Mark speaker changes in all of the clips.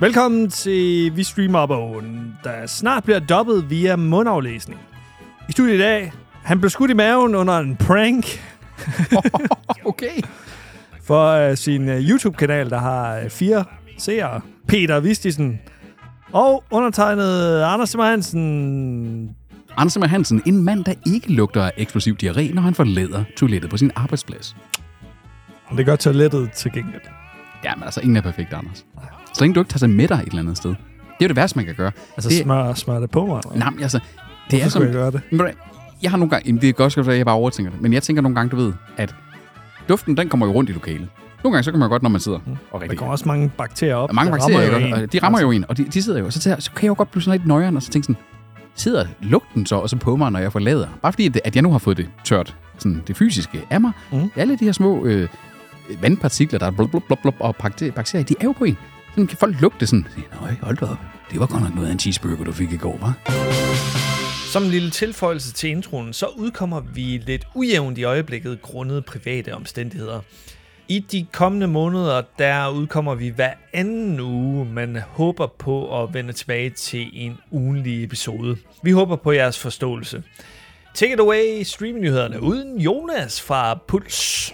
Speaker 1: Velkommen til Vi Streamer bogen der snart bliver dobbet via mundaflæsning. I studiet i dag, han blev skudt i maven under en prank
Speaker 2: Okay.
Speaker 1: for øh, sin øh, YouTube-kanal, der har øh, fire seere. Peter Vistisen og undertegnet Anders Simmer Hansen.
Speaker 2: Anders Simmer Hansen, en mand, der ikke lugter af eksplosiv diarré, når han forlader toilettet på sin arbejdsplads.
Speaker 1: Det gør toilettet tilgængeligt.
Speaker 2: Jamen altså, ingen er perfekt, Anders. Så længe du ikke tager sig med dig et eller andet sted. Det er jo det værste, man kan gøre.
Speaker 1: Altså
Speaker 2: det,
Speaker 1: det... smør, smør det på mig. eller?
Speaker 2: Nej, men altså, det er
Speaker 1: Hvorfor
Speaker 2: som...
Speaker 1: skulle jeg gøre det?
Speaker 2: Men ved du hvad, Jeg har nogle gange... Jamen, det er godt, at jeg bare overtænker det. Men jeg tænker nogle gange, du ved, at duften, den kommer jo rundt i lokalet. Nogle gange, så kommer jeg godt, når man sidder og
Speaker 1: Der
Speaker 2: rigtig...
Speaker 1: kommer også mange bakterier op.
Speaker 2: Og mange
Speaker 1: der
Speaker 2: bakterier,
Speaker 1: rammer jo
Speaker 2: rammer
Speaker 1: en. altså.
Speaker 2: de rammer jo en, og de, de sidder jo. Så, tager, så kan jeg jo godt blive sådan lidt nøjeren, og så tænke sådan, sidder lugten så også på mig, når jeg forlader? Bare fordi, at, at jeg nu har fået det tørt, sådan det fysiske af mig.
Speaker 1: Mm.
Speaker 2: Mm. Alle de her små øh, vandpartikler, der er blub, blub, blub, blub, og bakterier, bakterier, de er jo på en. Sådan kan folk lugte sådan. Nøj, hold da op. Det var godt nok noget af en cheeseburger, du fik i går, var.
Speaker 3: Som en lille tilføjelse til introen, så udkommer vi lidt ujævnt i øjeblikket grundet private omstændigheder. I de kommende måneder, der udkommer vi hver anden uge, men håber på at vende tilbage til en ugenlig episode. Vi håber på jeres forståelse. Take it away, streamnyhederne uden Jonas fra Puls.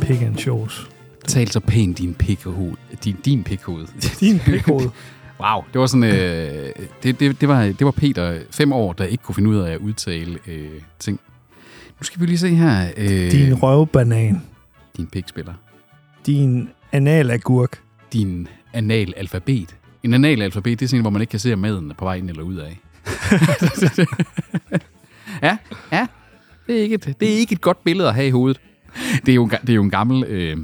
Speaker 1: Pig and shows.
Speaker 2: Tal så pænt din pikhoved. Din, din pikhoved.
Speaker 1: Din pikhoved.
Speaker 2: Wow, det var sådan, øh, det, det, det, var, det var Peter, fem år, der ikke kunne finde ud af at udtale øh, ting. Nu skal vi lige se her. Øh,
Speaker 1: Din røvbanan.
Speaker 2: din pikspiller.
Speaker 1: Din analagurk.
Speaker 2: Din analalfabet. En analalfabet, det er sådan en, hvor man ikke kan se, om maden er på vej ind eller ud af. ja, ja. Det er, ikke et, det er ikke et godt billede at have i hovedet. Det er jo, en ga- det er jo en gammel... Øh,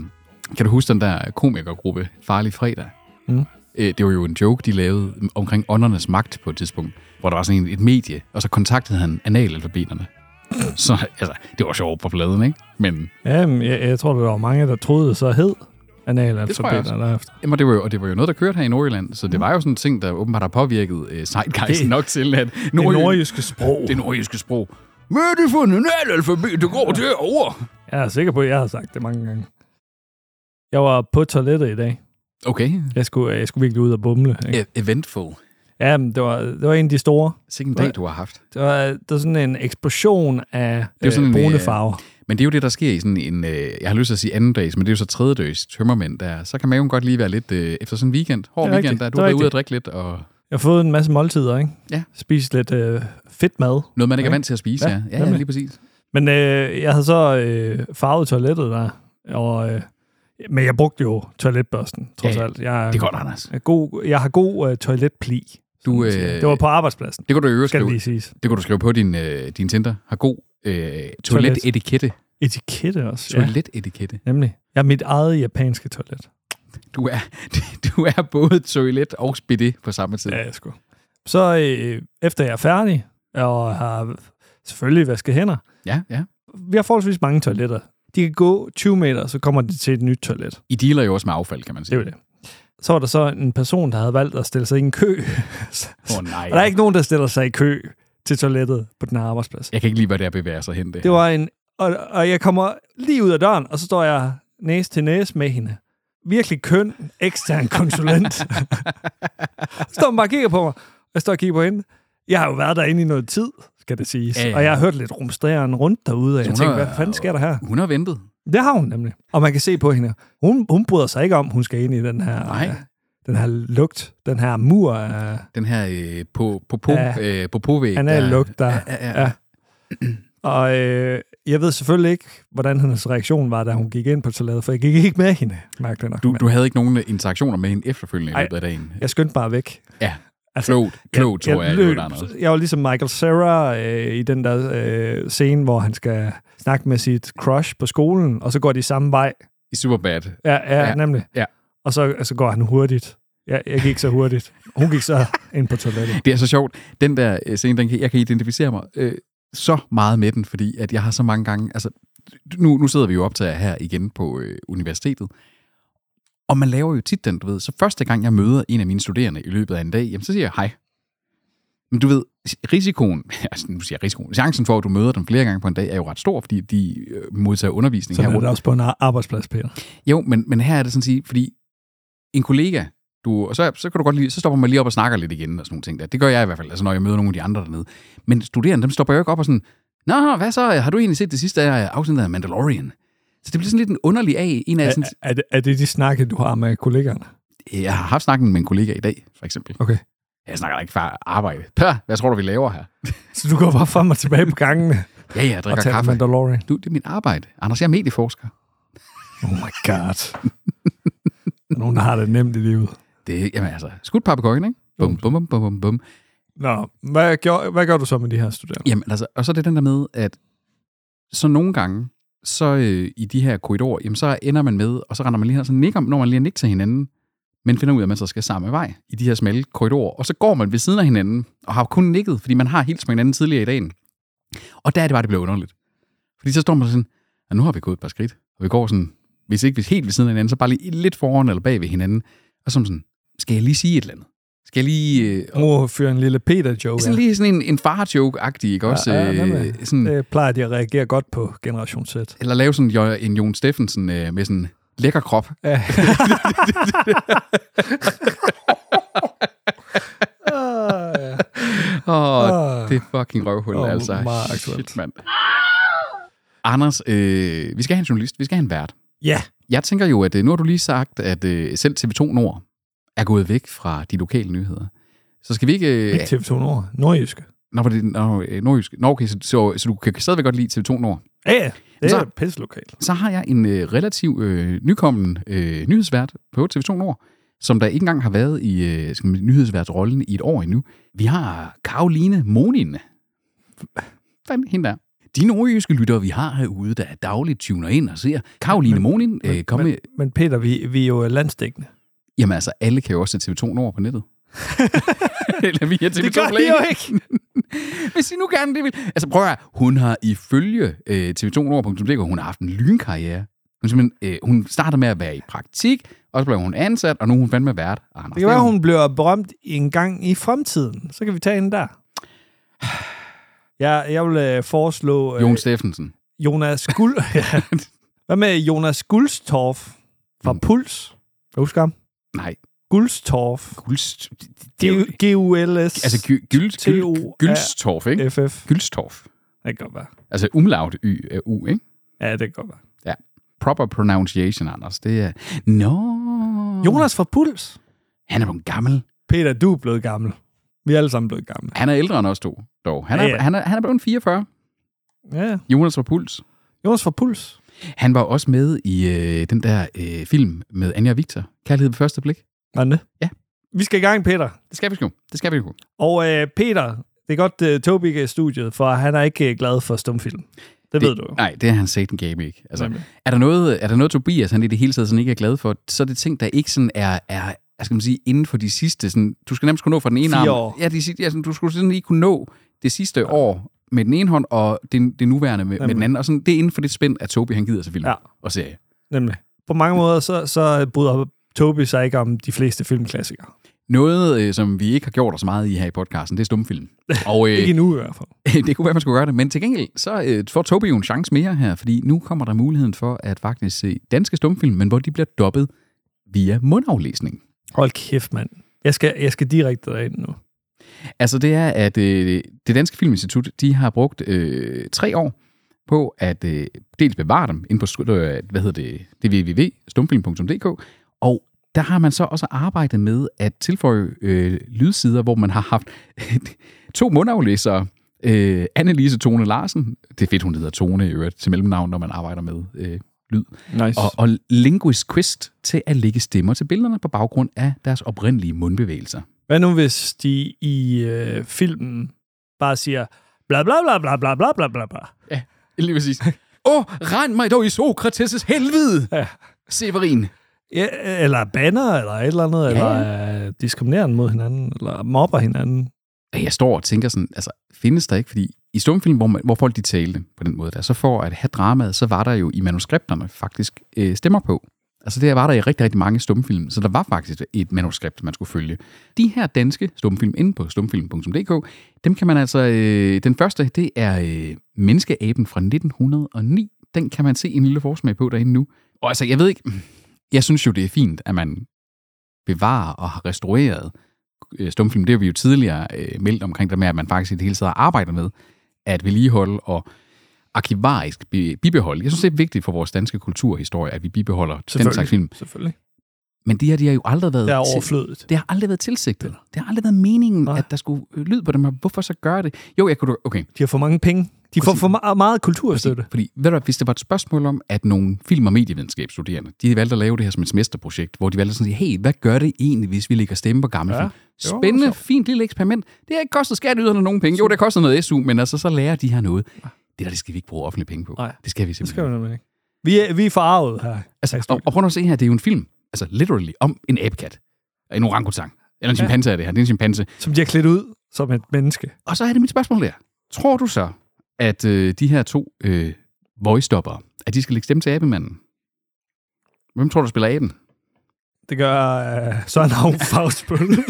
Speaker 2: kan du huske den der komikergruppe, Farlig Fredag?
Speaker 1: Mm.
Speaker 2: Øh, det var jo en joke, de lavede omkring åndernes magt på et tidspunkt, hvor der var sådan en, et medie, og så kontaktede han analalfabeterne. Så altså, det var sjovt på pladen, ikke? Men
Speaker 1: Jamen, jeg, jeg tror, der var mange, der troede, det så hed
Speaker 2: tror jeg også.
Speaker 1: analalfabeter derefter.
Speaker 2: Jamen, og det var jo, og det var jo noget, der kørte her i Nordjylland, så det var jo sådan en ting, der åbenbart har påvirket øh, zeitgeisten
Speaker 1: Mm. Det-
Speaker 2: nok til, at
Speaker 1: Det
Speaker 2: Nordjylland,
Speaker 1: nordjyske sprog.
Speaker 2: det nordjyske sprog. Mød det for en analfabet, det går derovre.
Speaker 1: Jeg er sikker på, at jeg har sagt det mange gange. Jeg var på toilettet i dag.
Speaker 2: Okay,
Speaker 1: Jeg skulle, jeg skulle virkelig ud og bumle. Ikke?
Speaker 2: E- eventful.
Speaker 1: Ja, men det var, det var en af de store.
Speaker 2: Sikke en dag, du har haft.
Speaker 1: Det var, det var sådan en eksplosion af
Speaker 2: er jo sådan
Speaker 1: øh,
Speaker 2: en,
Speaker 1: brune
Speaker 2: øh,
Speaker 1: farver.
Speaker 2: Men det er jo det, der sker i sådan en, øh, jeg har lyst til at sige anden dags, men det er jo så tredje dags tømmermænd der. Så kan man jo godt lige være lidt, øh, efter sådan en weekend, hård
Speaker 1: Det er
Speaker 2: weekend,
Speaker 1: rigtigt,
Speaker 2: der du
Speaker 1: det er
Speaker 2: har været ude
Speaker 1: rigtigt.
Speaker 2: og drikke lidt, og
Speaker 1: Jeg har fået en masse måltider, ikke?
Speaker 2: Ja.
Speaker 1: Spist lidt øh, fedt mad.
Speaker 2: noget, man ikke er
Speaker 1: Okay.
Speaker 2: vant til at spise.
Speaker 1: Ja,
Speaker 2: Ja, ja, ja
Speaker 1: nemlig.
Speaker 2: lige præcis.
Speaker 1: Men øh, jeg havde så øh, farvet toilettet der, og, øh, men jeg brugte jo toiletbørsten, trods
Speaker 2: Ja, ja.
Speaker 1: alt. Jeg,
Speaker 2: Det er godt, Anders.
Speaker 1: er Øh, god, jeg har god øh, toiletpli.
Speaker 2: Du,
Speaker 1: som man siger. det var på arbejdspladsen,
Speaker 2: Det kunne du jo
Speaker 1: skal det
Speaker 2: skrive,
Speaker 1: lige siges.
Speaker 2: det kunne du skrive på din, øh, din Tinder. Har god øh, toiletetikette.
Speaker 1: Etikette også, ja.
Speaker 2: Toiletetikette.
Speaker 1: Nemlig. Jeg er mit eget japanske toilet.
Speaker 2: Du er, du er både toilet og spidé på samme tid.
Speaker 1: Ja, jeg skulle. Så øh, efter jeg er færdig, og har selvfølgelig vasket hænder,
Speaker 2: Ja, ja.
Speaker 1: vi har forholdsvis mange toiletter. De kan gå 20 meter, så kommer de til et nyt toilet.
Speaker 2: I dealer jo også med affald, kan man
Speaker 1: Det er jo
Speaker 2: sige.
Speaker 1: det. Så var der så en person, der havde valgt at stille sig i en kø.
Speaker 2: Åh oh, nej.
Speaker 1: Og der er ikke nogen, der stiller sig i kø til toilettet på den her arbejdsplads.
Speaker 2: Jeg kan ikke lide, hvad det er at bevæge sig hen. Det,
Speaker 1: Det var en... Og, og jeg kommer lige ud af døren, og så står jeg næse til næse med hende. Virkelig køn, ekstern konsulent. så står hun bare og kigger på mig. Jeg står og kigger på hende. Jeg har jo været derinde i noget tid, skal det siges.
Speaker 2: Ja, ja.
Speaker 1: Og jeg har hørt lidt rumstræren rundt derude, og jeg
Speaker 2: Hun
Speaker 1: tænkte,
Speaker 2: er-
Speaker 1: hvad fanden sker der her?
Speaker 2: Hun har ventet.
Speaker 1: Det har hun nemlig. Og man kan se på hende. Hun, hun bryder sig ikke om, hun skal ind i den her,
Speaker 2: Nej.
Speaker 1: den her lugt, den her mur af
Speaker 2: Den her øh, på, på, på,
Speaker 1: Ja.
Speaker 2: øh, på påvæg.
Speaker 1: anal lugt, der...
Speaker 2: Ja, ja,
Speaker 1: Ja.
Speaker 2: ja.
Speaker 1: Og øh, jeg ved selvfølgelig ikke, hvordan hendes reaktion var, da hun gik ind på toilettet, for jeg gik ikke med hende, mærkeligt nok.
Speaker 2: Du,
Speaker 1: Men
Speaker 2: du havde ikke nogen interaktioner med hende efterfølgende i
Speaker 1: Ej.
Speaker 2: løbet af dagen.
Speaker 1: Jeg skyndte bare væk.
Speaker 2: Ja,
Speaker 1: Altså,
Speaker 2: klogt, klogt, tror jeg. jeg løb.
Speaker 1: jeg var ligesom Michael Cera øh, i den der øh, scene, hvor han skal snakke med sit crush på skolen, og så går de samme vej.
Speaker 2: I Superbad.
Speaker 1: Ja, ja,
Speaker 2: Ja,
Speaker 1: ja. nemlig.
Speaker 2: ja.
Speaker 1: Og så, så går han hurtigt. Ja, jeg gik så hurtigt. Hun gik så ind på toilettet.
Speaker 2: Det er så sjovt. Den der øh, scene, den kan, jeg kan identificere mig øh, så meget med den, fordi at jeg har så mange gange... Altså, nu, nu sidder vi jo optager her igen på øh, universitetet, og man laver jo tit den, du ved. Så første gang, jeg møder en af mine studerende i løbet af en dag, jamen, så siger jeg hej. Men du ved, risikoen, altså nu siger jeg risikoen, chancen for, at du møder dem flere gange på en dag, er jo ret stor, fordi de øh, modtager undervisning
Speaker 1: Sådan
Speaker 2: her
Speaker 1: er det
Speaker 2: rundt.
Speaker 1: også på en ar- arbejdsplads, Peter.
Speaker 2: Jo, men, men her er det sådan at sige, fordi en kollega, du, og så, så kan du godt lige, så stopper man lige op og snakker lidt igen og sådan nogle ting der. Det gør jeg i hvert fald, altså når jeg møder nogle af de andre dernede. Men studerende, dem stopper jeg jo ikke op og sådan, Nå, hvad så, har du egentlig set det sidste af øh, afsnittet af Mandalorian? Så det bliver sådan lidt en underlig af, en af
Speaker 1: Er,
Speaker 2: sådan,
Speaker 1: er, det, er det de snakke, du har med kollegaerne?
Speaker 2: jeg har haft snakken med en kollega i dag, for eksempel.
Speaker 1: Okay.
Speaker 2: Jeg snakker da ikke fra arbejde. Pør, hvad tror du, vi laver her?
Speaker 1: Så du går bare frem og tilbage på gangen
Speaker 2: Ja, ja, jeg
Speaker 1: og
Speaker 2: drikker
Speaker 1: tager
Speaker 2: kaffe.
Speaker 1: Mandalorian.
Speaker 2: Du, det er mit arbejde. Anders, jeg er medieforsker.
Speaker 1: Oh my god. Der er Nogen der har det nemt i livet.
Speaker 2: Det er, jamen altså, skudt pappekokken, ikke? Bum, bum, bum, bum, bum, bum.
Speaker 1: Nå, hvad, gør, hvad gør du så med de her studerende?
Speaker 2: Jamen altså, og så er det den der med, at så nogle gange, så øh, i de her korridorer, jamen så ender man med, og så render man lige her, så nikker, når man lige nikker til hinanden, men finder ud af, at man så skal samme vej i de her smalle korridorer, og så går man ved siden af hinanden, og har kun nikket, fordi man har helt på hinanden tidligere i dagen. Og der er det bare, det bliver underligt. Fordi så står man sådan, at nu har vi gået et par skridt, og vi går sådan, hvis ikke hvis helt ved siden af hinanden, så bare lige lidt foran eller bag ved hinanden, og så er man sådan, skal jeg lige sige et eller andet? Skal jeg lige... Øh,
Speaker 1: Nu fyrer en lille Peter-joke.
Speaker 2: sådan
Speaker 1: af.
Speaker 2: lige sådan en, en far-joke-agtig, ikke også?
Speaker 1: Ja, ja,
Speaker 2: Ja,
Speaker 1: nemlig.
Speaker 2: øh, sådan,
Speaker 1: Det plejer de at reagere godt på generation Z.
Speaker 2: Eller lave sådan jo- en Jon Steffensen øh, med sådan lækker krop.
Speaker 1: Ja. ja.
Speaker 2: Åh, oh,
Speaker 1: Ah.
Speaker 2: det er fucking røvhul,
Speaker 1: Åh,
Speaker 2: oh, altså.
Speaker 1: meget aktuelt.
Speaker 2: Shit, mand. Anders, øh, vi skal have en journalist, vi skal have en vært.
Speaker 1: ja,
Speaker 2: Jeg tænker jo, at øh, nu har du lige sagt, at øh, selv TV2 Nord er gået væk fra de lokale nyheder. Så skal vi ikke... Øh,
Speaker 1: ikke TV2 Nord. Nordjyske.
Speaker 2: nå, var det nå, øh, nordjysk? Nå, okay, så, så, så du kan stadigvæk godt lide TV2 Nord.
Speaker 1: Ja, ja. det er
Speaker 2: Så-
Speaker 1: så... pisselokalt.
Speaker 2: så har jeg en øh, relativ øh, nykommen øh, nyhedsvært på TV2 Nord, som der ikke engang har været i øh, skal man sige, nyhedsværtsrollen i et år endnu. Vi har Karoline Monin. Fanden hende der. De nordjyske lyttere, vi har herude, der dagligt tuner ind og ser Karoline Monin øh, komme med...
Speaker 1: Men, men Peter, vi, vi er jo landstækkende.
Speaker 2: Jamen altså, alle kan jo også se TV2 Nord på nettet. Eller via TV2
Speaker 1: Det gør
Speaker 2: Play.
Speaker 1: de jo ikke.
Speaker 2: Hvis I nu gerne det vil. Altså prøv at høre, hun har ifølge øh, tv2nord.dk, hun har haft en lynkarriere. Hun, simpelthen, øh, hun startede med at være i praktik, og så blev hun ansat, og nu er hun fandme vært. Anders,
Speaker 1: Det kan være, hun bliver berømt en gang i fremtiden. Så kan vi tage hende der. Jeg, jeg vil øh, foreslå øh,
Speaker 2: Jon Steffensen.
Speaker 1: Jonas Guld. ja. Hvad med Jonas Guldstorff fra
Speaker 2: Mm.
Speaker 1: Puls? Kan du huske ham?
Speaker 2: Nej,
Speaker 1: Guldstorff.
Speaker 2: Gulst... Det, det, det er jo...
Speaker 1: G-U-L-S.
Speaker 2: Altså, Gy- Gyld- Gyld-
Speaker 1: T-O-R-
Speaker 2: Gyldstorff, ikke?
Speaker 1: FF.
Speaker 2: Gyldstorff.
Speaker 1: Det kan godt være.
Speaker 2: Altså umlaut y er u, ikke?
Speaker 1: Ja, det kan godt være.
Speaker 2: Proper pronunciation, Anders. Det er... Nå...
Speaker 1: Jonas fra Puls.
Speaker 2: Han er jo en gammel.
Speaker 1: Peter, du er blevet gammel. Vi er alle sammen blevet gamle.
Speaker 2: Han er ældre end os to, dog. Han er,
Speaker 1: Ja, ja.
Speaker 2: han er, han er blevet 44.
Speaker 1: Ja.
Speaker 2: Jonas var puls.
Speaker 1: Jonas fra Puls.
Speaker 2: Han var også med i øh, den der øh, film med Anja og Victor. Kærlighed ved første blik.
Speaker 1: Anne.
Speaker 2: Ja.
Speaker 1: Vi skal i gang, Peter.
Speaker 2: Det skal vi sgu. Det skal vi sgu.
Speaker 1: Og øh, Peter, det er godt, øh, Tobi ikke er i studiet, for han er ikke øh, glad for stumfilm. Det, det ved du jo.
Speaker 2: Nej, det er han satan game ikke. Altså,
Speaker 1: Nemlig.
Speaker 2: er, der noget, er der noget, Tobias han i det hele taget sådan ikke er glad for, så er det ting, der ikke sådan er, er hvad skal man sige, inden for de sidste. Sådan, du skal nærmest kunne nå fra den ene
Speaker 1: Fire
Speaker 2: arm.
Speaker 1: år.
Speaker 2: Ja, de, sidste- ja sådan, du skulle sådan lige kunne nå det sidste ja. år med den ene hånd, og det, det nuværende med, med,
Speaker 1: Nemlig.
Speaker 2: den anden. Og sådan, det er inden for det spænd, at Tobi han gider sig film
Speaker 1: Ja.
Speaker 2: og serie.
Speaker 1: Nemlig. På mange måder, så, så bryder Tobi sig ikke om de fleste filmklassikere.
Speaker 2: Noget, øh, som vi ikke har gjort os meget i her i podcasten, det er stumfilm. Og, øh,
Speaker 1: Ikke endnu i hvert fald.
Speaker 2: det kunne være, man skulle gøre det. Men til gengæld, så øh, får Tobi jo en chance mere her, fordi nu kommer der muligheden for at faktisk se danske stumfilm, men hvor de bliver dobbet via mundaflæsning.
Speaker 1: Hold kæft, mand. Jeg skal, jeg skal direkte derind nu.
Speaker 2: Altså det er, at øh, det Danske Filminstitut, de har brugt øh, tre år på at øh, dels bevare dem inde på stu- øh, hvad hedder det, det www.stumfilm.dk, og der har man så også arbejdet med at tilføje øh, lydsider, hvor man har haft to mundaflæsere. Øh, Annelise Tone Larsen, det er fedt, hun hedder Tone i øvrigt til mellemnavn, når man arbejder med øh, lyd.
Speaker 1: Nice.
Speaker 2: Og, og Linguist Quist til at lægge stemmer til billederne på baggrund af deres oprindelige mundbevægelser.
Speaker 1: Hvad nu, hvis de i øh, filmen bare siger, bla bla bla bla bla bla bla bla bla.
Speaker 2: Ja, lige præcis. Åh, oh, rend mig dog i Sokrates' helvede,
Speaker 1: Ja.
Speaker 2: Severin.
Speaker 1: Ja, eller banner, eller et eller andet, ja. eller øh, diskriminerende mod hinanden, eller mobber hinanden.
Speaker 2: Jeg står og tænker sådan, altså, findes der ikke? Fordi i stumfilm, hvor, man, hvor folk de talte på den måde der, så for at have dramaet, så var der jo i manuskripterne faktisk øh, stemmer på. Altså det her var der i rigtig, rigtig mange stumfilm, så der var faktisk et manuskript, man skulle følge. De her danske stumfilm inde på stumfilm.dk, dem kan man altså... Øh, den første, det er øh, Menneskeaben fra 1909. Den kan man se en lille forsmag på derinde nu. Og altså, jeg ved ikke... Jeg synes jo, det er fint, at man bevarer og har restaureret øh, stumfilm. Det har vi jo tidligere øh, meldt omkring det med, at man faktisk i det hele taget arbejder med at vedligeholde og arkivarisk bi- bibeholde. Jeg synes, det er vigtigt for vores danske kulturhistorie, at vi bibeholder den slags film.
Speaker 1: Selvfølgelig.
Speaker 2: Men det her, de har jo aldrig været...
Speaker 1: Det er
Speaker 2: til-
Speaker 1: overflødigt.
Speaker 2: det har aldrig været tilsigtet. Det har aldrig været meningen,
Speaker 1: Nej.
Speaker 2: Nej. at der skulle øh, lyd på dem her. Hvorfor så gøre det? Jo, jeg kunne... Okay,
Speaker 1: De har for mange penge. De får
Speaker 2: Præcis.
Speaker 1: for ma- meget kulturstøtte.
Speaker 2: fordi ved du, hvad, hvis det var et spørgsmål om, at nogle film- og medievidenskabsstuderende, de valgte at lave det her som et semesterprojekt, hvor de valgte at sådan at sige, hey, hvad gør det egentlig, hvis vi lægger stemme på gamle
Speaker 1: Ja,
Speaker 2: ja. film?
Speaker 1: det var
Speaker 2: Spændende,
Speaker 1: sjovt.
Speaker 2: fint lille eksperiment. Det har ikke kostet skatteyderne nogen penge. Jo, det koster noget SU, men altså, så lærer de her noget. Det der, det skal vi ikke bruge offentlige penge på.
Speaker 1: Nej.
Speaker 2: Det skal vi simpelthen
Speaker 1: Det skal man nemlig ikke. Vi er, vi er forarvet her.
Speaker 2: Altså,
Speaker 1: Tak,
Speaker 2: og, og prøv nu at se her, det er jo en film, altså literally, om en abekat. En orangutang. Eller en chimpanse er det her, det er en chimpanse.
Speaker 1: Som de har klædt ud som et menneske.
Speaker 2: Og så er det mit spørgsmål der. Tror du så, at øh, de her to øh, voice-stoppere, at de skal lægge stemme til abemanden? Hvem tror du spiller aben?
Speaker 1: Det gør øh, Søren Havn Faustbøl.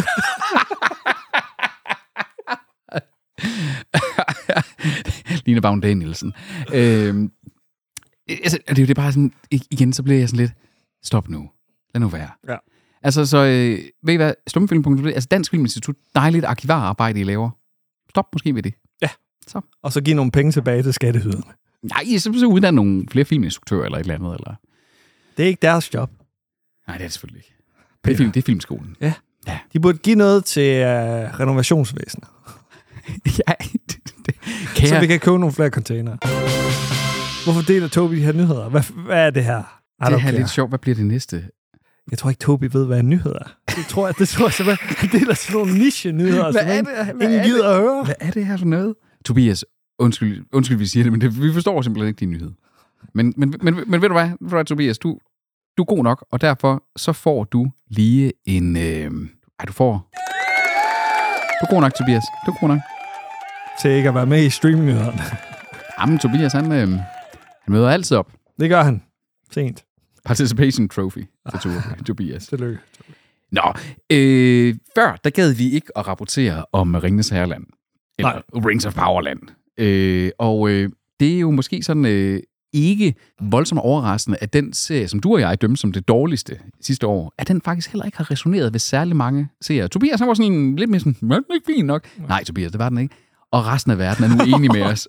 Speaker 2: Line Baum Danielsen. Øh, altså, det er jo det er bare sådan, i- igen, så bliver jeg sådan lidt, stop nu. Lad nu være.
Speaker 1: Ja.
Speaker 2: Altså, så øh, ved I hvad, stumfilm.dk, altså Dansk Filminstitut, dejligt arkivararbejde, I laver. Stop måske ved det.
Speaker 1: og så give nogle penge tilbage til skatteyderne.
Speaker 2: Nej, så, så uddanne nogle flere filminstruktører eller et eller andet. Eller...
Speaker 1: Det er ikke deres job.
Speaker 2: Nej, det er det selvfølgelig ikke. Det er, film, det er filmskolen.
Speaker 1: De burde give noget til øh, renovationsvæsenet,
Speaker 2: ja, det, det.
Speaker 1: ja. så
Speaker 2: Kære,
Speaker 1: vi kan købe nogle flere containere. Hvorfor deler Tobi de her nyheder? Hvad, hvad er det her? I
Speaker 2: det
Speaker 1: don't
Speaker 2: her er
Speaker 1: care.
Speaker 2: lidt sjovt. Hvad bliver det næste?
Speaker 1: Jeg tror ikke, Tobi ved, hvad en nyhed er. Det tror jeg, det tror jeg simpelthen. Han deler sådan nogle niche-nyheder, som ingen, ingen gider at høre.
Speaker 2: Hvad er det her for noget? Tobias, undskyld, undskyld vi siger det, men det, vi forstår simpelthen ikke din nyhed. Men, men, men, men ved du hvad, ved du hvad Tobias, du, du er god nok, og derfor så får du lige en... Øh, ej, du får... Du er god nok, Tobias. Du er god nok.
Speaker 1: Til ikke at være med i streamnyhederne.
Speaker 2: Jamen, Tobias, han, øh, han møder altid op.
Speaker 1: Det gør han. Sent.
Speaker 2: Participation Trophy til Tob- Tobias.
Speaker 1: Tillykke.
Speaker 2: Nå, øh, før der gad vi ikke at rapportere om Ringnes Herreland. Eller
Speaker 1: Nej.
Speaker 2: Rings of Powerland. Øh, og øh, det er jo måske sådan øh, ikke voldsomt overraskende, at den serie, som du og jeg dømte som det dårligste sidste år, at den faktisk heller ikke har resoneret ved særlig mange seere. Tobias han var sådan en, lidt mere sådan, "Men den er ikke fint nok. Nej. Nej, Tobias, det var den ikke. Og resten af verden er nu enige med os.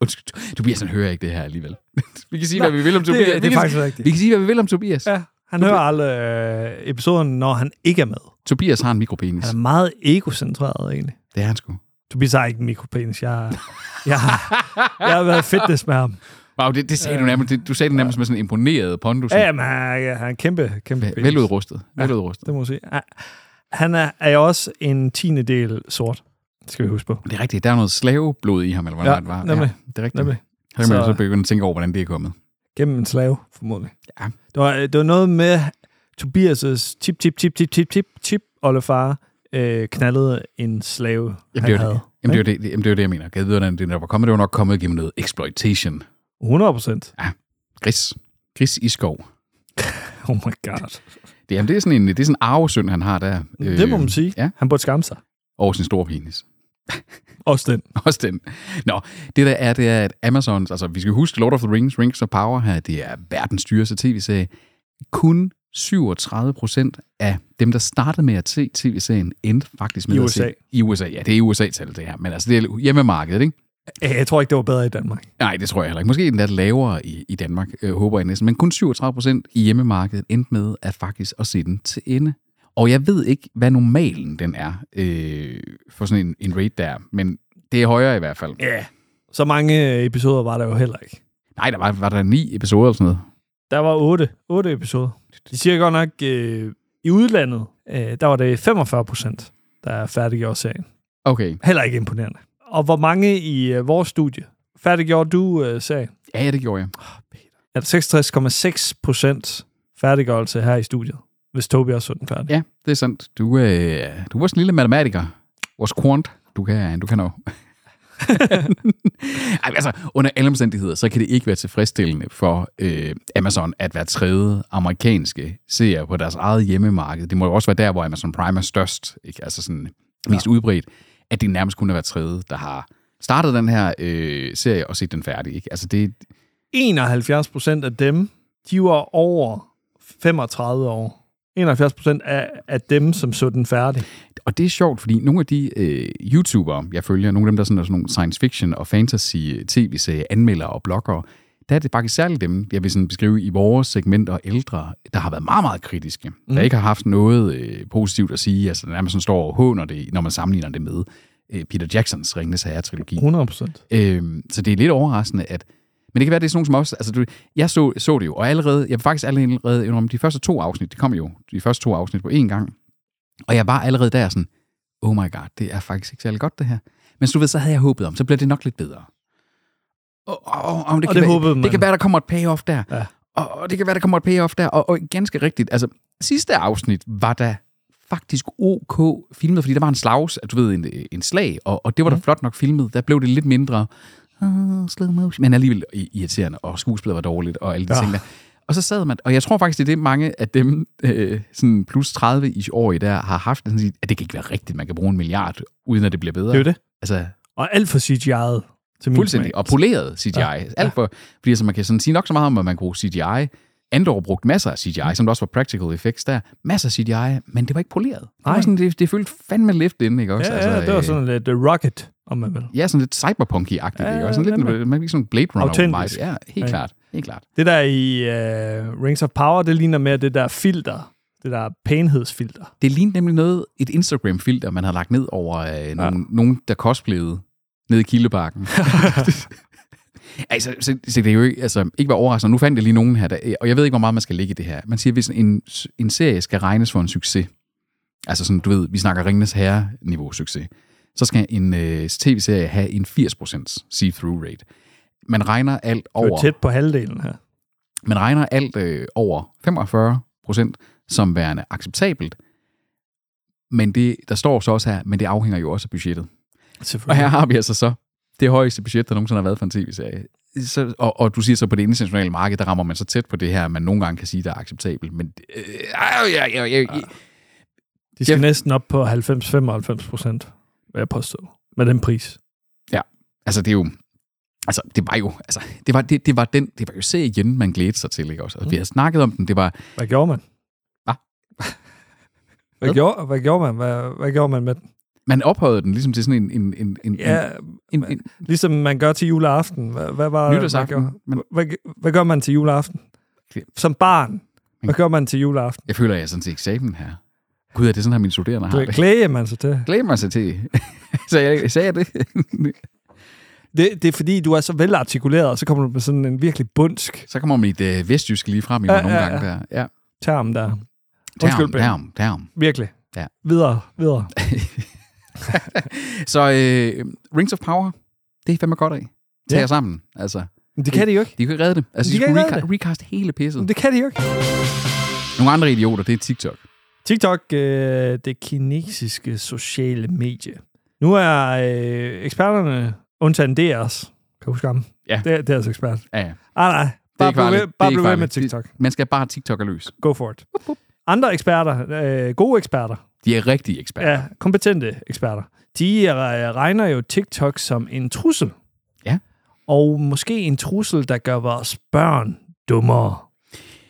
Speaker 2: Undskyld, Tobias han hører ikke det her alligevel. vi kan sige, hvad vi vil om Tobias.
Speaker 1: Det, det
Speaker 2: vi,
Speaker 1: er
Speaker 2: kan,
Speaker 1: faktisk rigtigt.
Speaker 2: vi kan sige, hvad vi vil om Tobias. Ja.
Speaker 1: Ja, han hører aldrig øh, episoden, når han ikke er med.
Speaker 2: Tobias har en mikropenis.
Speaker 1: Han er meget egocentreret, egentlig.
Speaker 2: Det er han sgu.
Speaker 1: Tobias har ikke en mikropenis. Jeg, jeg, har, jeg har været fitness med ham.
Speaker 2: Wow, det, det sagde du nærmest, det, du sagde det nærmest med sådan en imponeret pondus.
Speaker 1: Øh. Ja, jamen, han er- han er en kæmpe, kæmpe penis.
Speaker 2: veludrustet. veludrustet.
Speaker 1: Det må jeg sige. Ja. Han er, er jo også en tiende del sort. Det skal vi huske på.
Speaker 2: Det er rigtigt, der er noget slaveblod i ham, eller hvordan
Speaker 1: Ja,
Speaker 2: det var.
Speaker 1: nemlig.
Speaker 2: Ja, det er rigtigt.
Speaker 1: Nemlig.
Speaker 2: Så kan man jo
Speaker 1: Så-
Speaker 2: så begynde at tænke over, hvordan det er kommet.
Speaker 1: Gennem en slave, formodentlig.
Speaker 2: Ja.
Speaker 1: Det var, det var noget med Tobias' tip, tip, tip, tip, tip, tip, tip, oldefar øh, knaldede en slave,
Speaker 2: Jamen,
Speaker 1: han
Speaker 2: det er jo
Speaker 1: havde.
Speaker 2: det. Jamen, det, er jo det, det, jamen, det, er jo det, jeg mener. Gad vide, hvordan det der var kommet. Det var nok kommet gennem noget exploitation.
Speaker 1: 100 procent.
Speaker 2: Gris. Gris i skov.
Speaker 1: Oh my god.
Speaker 2: Det, jamen, det er sådan en det er sådan en arvesynd, han har der. Øh,
Speaker 1: Det må man sige.
Speaker 2: Ja,
Speaker 1: Han burde skamme sig.
Speaker 2: over sin store penis.
Speaker 1: Også den.
Speaker 2: Også den. Nå, det der er, det er, at Amazons, altså vi skal huske Lord of the Rings, Rings of Power her, det er verdens dyreste tv-serie. Kun 37 procent af dem, der startede med at se tv-serien, endte faktisk med
Speaker 1: I
Speaker 2: at
Speaker 1: USA.
Speaker 2: se... I USA. Ja, det er USA-tallet det her, men altså det er hjemmemarkedet, ikke?
Speaker 1: Øh, Jeg tror ikke, det var bedre i Danmark.
Speaker 2: Nej, det tror jeg heller ikke. Måske endda lavere i, i Danmark, øh, håber jeg næsten. Men kun 37 procent i hjemmemarkedet endte med at faktisk at se den til ende. Og jeg ved ikke, hvad normalen den er øh, for sådan en, en rate der, men det er højere i hvert fald.
Speaker 1: Ja. Yeah. Så mange øh, episoder var der jo heller ikke.
Speaker 2: Nej, der var, var der ni episoder eller sådan noget.
Speaker 1: Der var otte, otte episoder. De siger godt nok, øh, i udlandet, øh, der var det 45 procent, der færdiggjorde serien.
Speaker 2: Okay.
Speaker 1: Heller ikke imponerende. Og hvor mange i øh, vores studie færdiggjorde du øh, serien?
Speaker 2: Ja, ja, det gjorde jeg.
Speaker 1: Er der 66,6 procent færdiggørelse her i studiet, hvis Tobi også så den færdig?
Speaker 2: Ja, det er sandt. Du, øh, du var sådan en lille matematiker. Vores quant. Du kan, du kan nå. Ej, men altså, under alle omstændigheder, så kan det ikke være tilfredsstillende for øh, Amazon at være tredje amerikanske seer på deres eget hjemmemarked. Det må jo også være der, hvor Amazon Prime er størst, ikke? altså sådan mest ja. udbredt, at det nærmest kun er hver tredje, der har startet den her øh, serie og set den færdig. Ikke? Altså det,
Speaker 1: 71 procent af dem, de var over 35 år. 71 procent af, af dem, som så den færdig.
Speaker 2: og det er sjovt, fordi nogle af de øh, YouTubere, jeg følger, nogle af dem, der sådan er sådan nogle science fiction og fantasy øh, tv-serie anmeldere og bloggere, der er det faktisk særligt dem, jeg vil sådan beskrive i vores segmenter ældre, der har været meget, meget kritiske. Mm. Der ikke har haft noget øh, positivt at sige, altså der nærmest sådan står og håner det, når man sammenligner det med øh, Peter Jacksons Ringenes Herre-trilogi.
Speaker 1: 100 procent.
Speaker 2: Øhm, så det er lidt overraskende, at... Men det kan være, det er sådan nogen som også... Altså, du, jeg så, så det jo, og allerede... Jeg var faktisk allerede indrømme, de første to afsnit, det kom jo de første to afsnit på én gang. Og jeg var allerede der sådan, oh my god, det er faktisk ikke særlig godt, det her. Men så du ved, så havde jeg håbet om, så bliver det nok lidt bedre. Og, og, og, og det,
Speaker 1: Og det
Speaker 2: kan være,
Speaker 1: håbede man.
Speaker 2: det kan være, der kommer et payoff der.
Speaker 1: Ja.
Speaker 2: Ja. Og, og det kan være, der kommer et payoff der. Og, og ganske rigtigt, altså sidste afsnit var der faktisk ok filmet, fordi der var en slags, du ved, en, en slag, og, og det var mm. da flot nok filmet. Der blev det lidt mindre uh, slow motion, men alligevel i- irriterende, og skuespillet var dårligt, og alle de
Speaker 1: Ja.
Speaker 2: ja. ting der. Og så sad man, og jeg tror faktisk, det er det, mange af dem øh, sådan plus 30 i år i der har haft, sådan, at det kan ikke være rigtigt, man kan bruge en milliard, uden at det bliver bedre.
Speaker 1: Det er jo det.
Speaker 2: Altså,
Speaker 1: Og alt for CGI'et. Til min
Speaker 2: Fuldstændig.
Speaker 1: smag.
Speaker 2: Og poleret CGI.
Speaker 1: Ja.
Speaker 2: Ja. Alt for, fordi altså, man kan sådan sige nok så meget om, at man kunne bruge CGI. Andor brugte masser af
Speaker 1: Mm.
Speaker 2: CGI, som der også var practical effects der. Masser af CGI, men det var ikke poleret. Det, var
Speaker 1: Nej.
Speaker 2: sådan, det, det følte fandme lift inden, ikke også?
Speaker 1: Ja, ja, det var
Speaker 2: øh,
Speaker 1: sådan lidt uh, rocket, om man vil.
Speaker 2: Ja, sådan lidt cyberpunk-agtigt,
Speaker 1: Ja,
Speaker 2: ja, ikke også? Sådan
Speaker 1: nemlig.
Speaker 2: lidt, man fik sådan en Blade runner
Speaker 1: Autentisk.
Speaker 2: Ja, helt
Speaker 1: Ja.
Speaker 2: ja. klart. Helt klart.
Speaker 1: Det der i uh, Rings of Power, det ligner mere det der filter. Det der pænhedsfilter.
Speaker 2: Det lignede nemlig noget, et Instagram-filter, man havde lagt ned over øh, nogle, ja. nogen, der cosplayede nede i Kildebakken. altså, så, så det er jo ikke, altså, ikke være overraskende. Nu fandt jeg lige nogen her, der, og jeg ved ikke, hvor meget man skal ligge i det her. Man siger, hvis en, en serie skal regnes for en succes, altså sådan, du ved, vi snakker Ringenes Herre-niveau succes, så skal en øh, tv-serie have en 80% see-through rate. Man regner alt
Speaker 1: Det er
Speaker 2: over...
Speaker 1: jo tæt på halvdelen her.
Speaker 2: Man regner alt øh, over 45 procent som værende acceptabelt. Men det, der står så også her, men det afhænger jo også af budgettet. Og
Speaker 1: Selvfølgelig.
Speaker 2: her har vi altså så det højeste budget, der nogensinde har været for en tv-serie. Så, og, og du siger så, på det internationale marked, der rammer man så tæt på det her, man nogle gange kan sige, der er acceptabelt. Men øh, øh, øh, øh, øh, øh,
Speaker 1: De skal
Speaker 2: Ja.
Speaker 1: næsten op på 90-95 procent, vil jeg påstå, med den pris.
Speaker 2: altså det er jo... Altså, det var jo, altså, det var, det, det var den, det var jo se igen, man glædede sig til, ikke også? Og vi har snakket om den, det var,
Speaker 1: Hvad gjorde man?
Speaker 2: Hva?
Speaker 1: Hvad,
Speaker 2: Hvad?
Speaker 1: gjorde, hvad gjorde man? Hvad, hvad gjorde man med den?
Speaker 2: man ophøjede den ligesom til sådan en, en, en, en, en,
Speaker 1: Ja,
Speaker 2: en, en
Speaker 1: ligesom man gør til juleaften. Hvad, hvad var
Speaker 2: Nytårsaften,
Speaker 1: Hvad, gjorde-
Speaker 2: men-
Speaker 1: hvad, hvad gør man til juleaften? Som barn. Hvad gør man til juleaften?
Speaker 2: Jeg føler, jeg er sådan til eksamen her. Gud, er det sådan her, mine studerende har
Speaker 1: Du
Speaker 2: det?
Speaker 1: klæder man sig til.
Speaker 2: Glæder mig sig til. så jeg sagde jeg det.
Speaker 1: Det, det er fordi, du er så velartikuleret, og så kommer du med sådan en virkelig bundsk
Speaker 2: så kommer mit øh, vestjysk lige frem i mig
Speaker 1: Ja,
Speaker 2: ja, nogle
Speaker 1: ja,
Speaker 2: ja, gange der. Ja.
Speaker 1: term der. Undskyld,
Speaker 2: Term,
Speaker 1: Ben.
Speaker 2: term, term.
Speaker 1: Virkelig.
Speaker 2: Ja.
Speaker 1: Videre, videre.
Speaker 2: Så øh, Rings of Power, det er fandme godt af. Tag
Speaker 1: Ja.
Speaker 2: jer sammen. Altså,
Speaker 1: Men det kan de jo ikke.
Speaker 2: de kan ikke redde det. Altså,
Speaker 1: De
Speaker 2: de,
Speaker 1: kan
Speaker 2: de skulle
Speaker 1: ikke redde
Speaker 2: reca- recast hele pisset.
Speaker 1: Men Det kan de jo ikke.
Speaker 2: Nogle andre idioter, det er TikTok.
Speaker 1: TikTok, øh, det kinesiske sociale medie. Nu er øh, eksperterne, undtagen DR's, kan du huske ham?
Speaker 2: Ja.
Speaker 1: Det er deres ekspert.
Speaker 2: Ja, ja.
Speaker 1: Ah, nej,
Speaker 2: Det er
Speaker 1: bare
Speaker 2: ikke
Speaker 1: bliv
Speaker 2: farligt.
Speaker 1: ved,
Speaker 2: Det er
Speaker 1: bare
Speaker 2: ikke
Speaker 1: bliv ved med
Speaker 2: farligt.
Speaker 1: TikTok.
Speaker 2: Man skal bare TikTok er løs.
Speaker 1: Go for it. Andre eksperter, øh, gode eksperter,
Speaker 2: De er rigtige eksperter. Ja.
Speaker 1: ja, kompetente eksperter, de øh, regner jo TikTok som en trussel.
Speaker 2: Ja.
Speaker 1: Og måske en trussel, der gør vores børn dummere.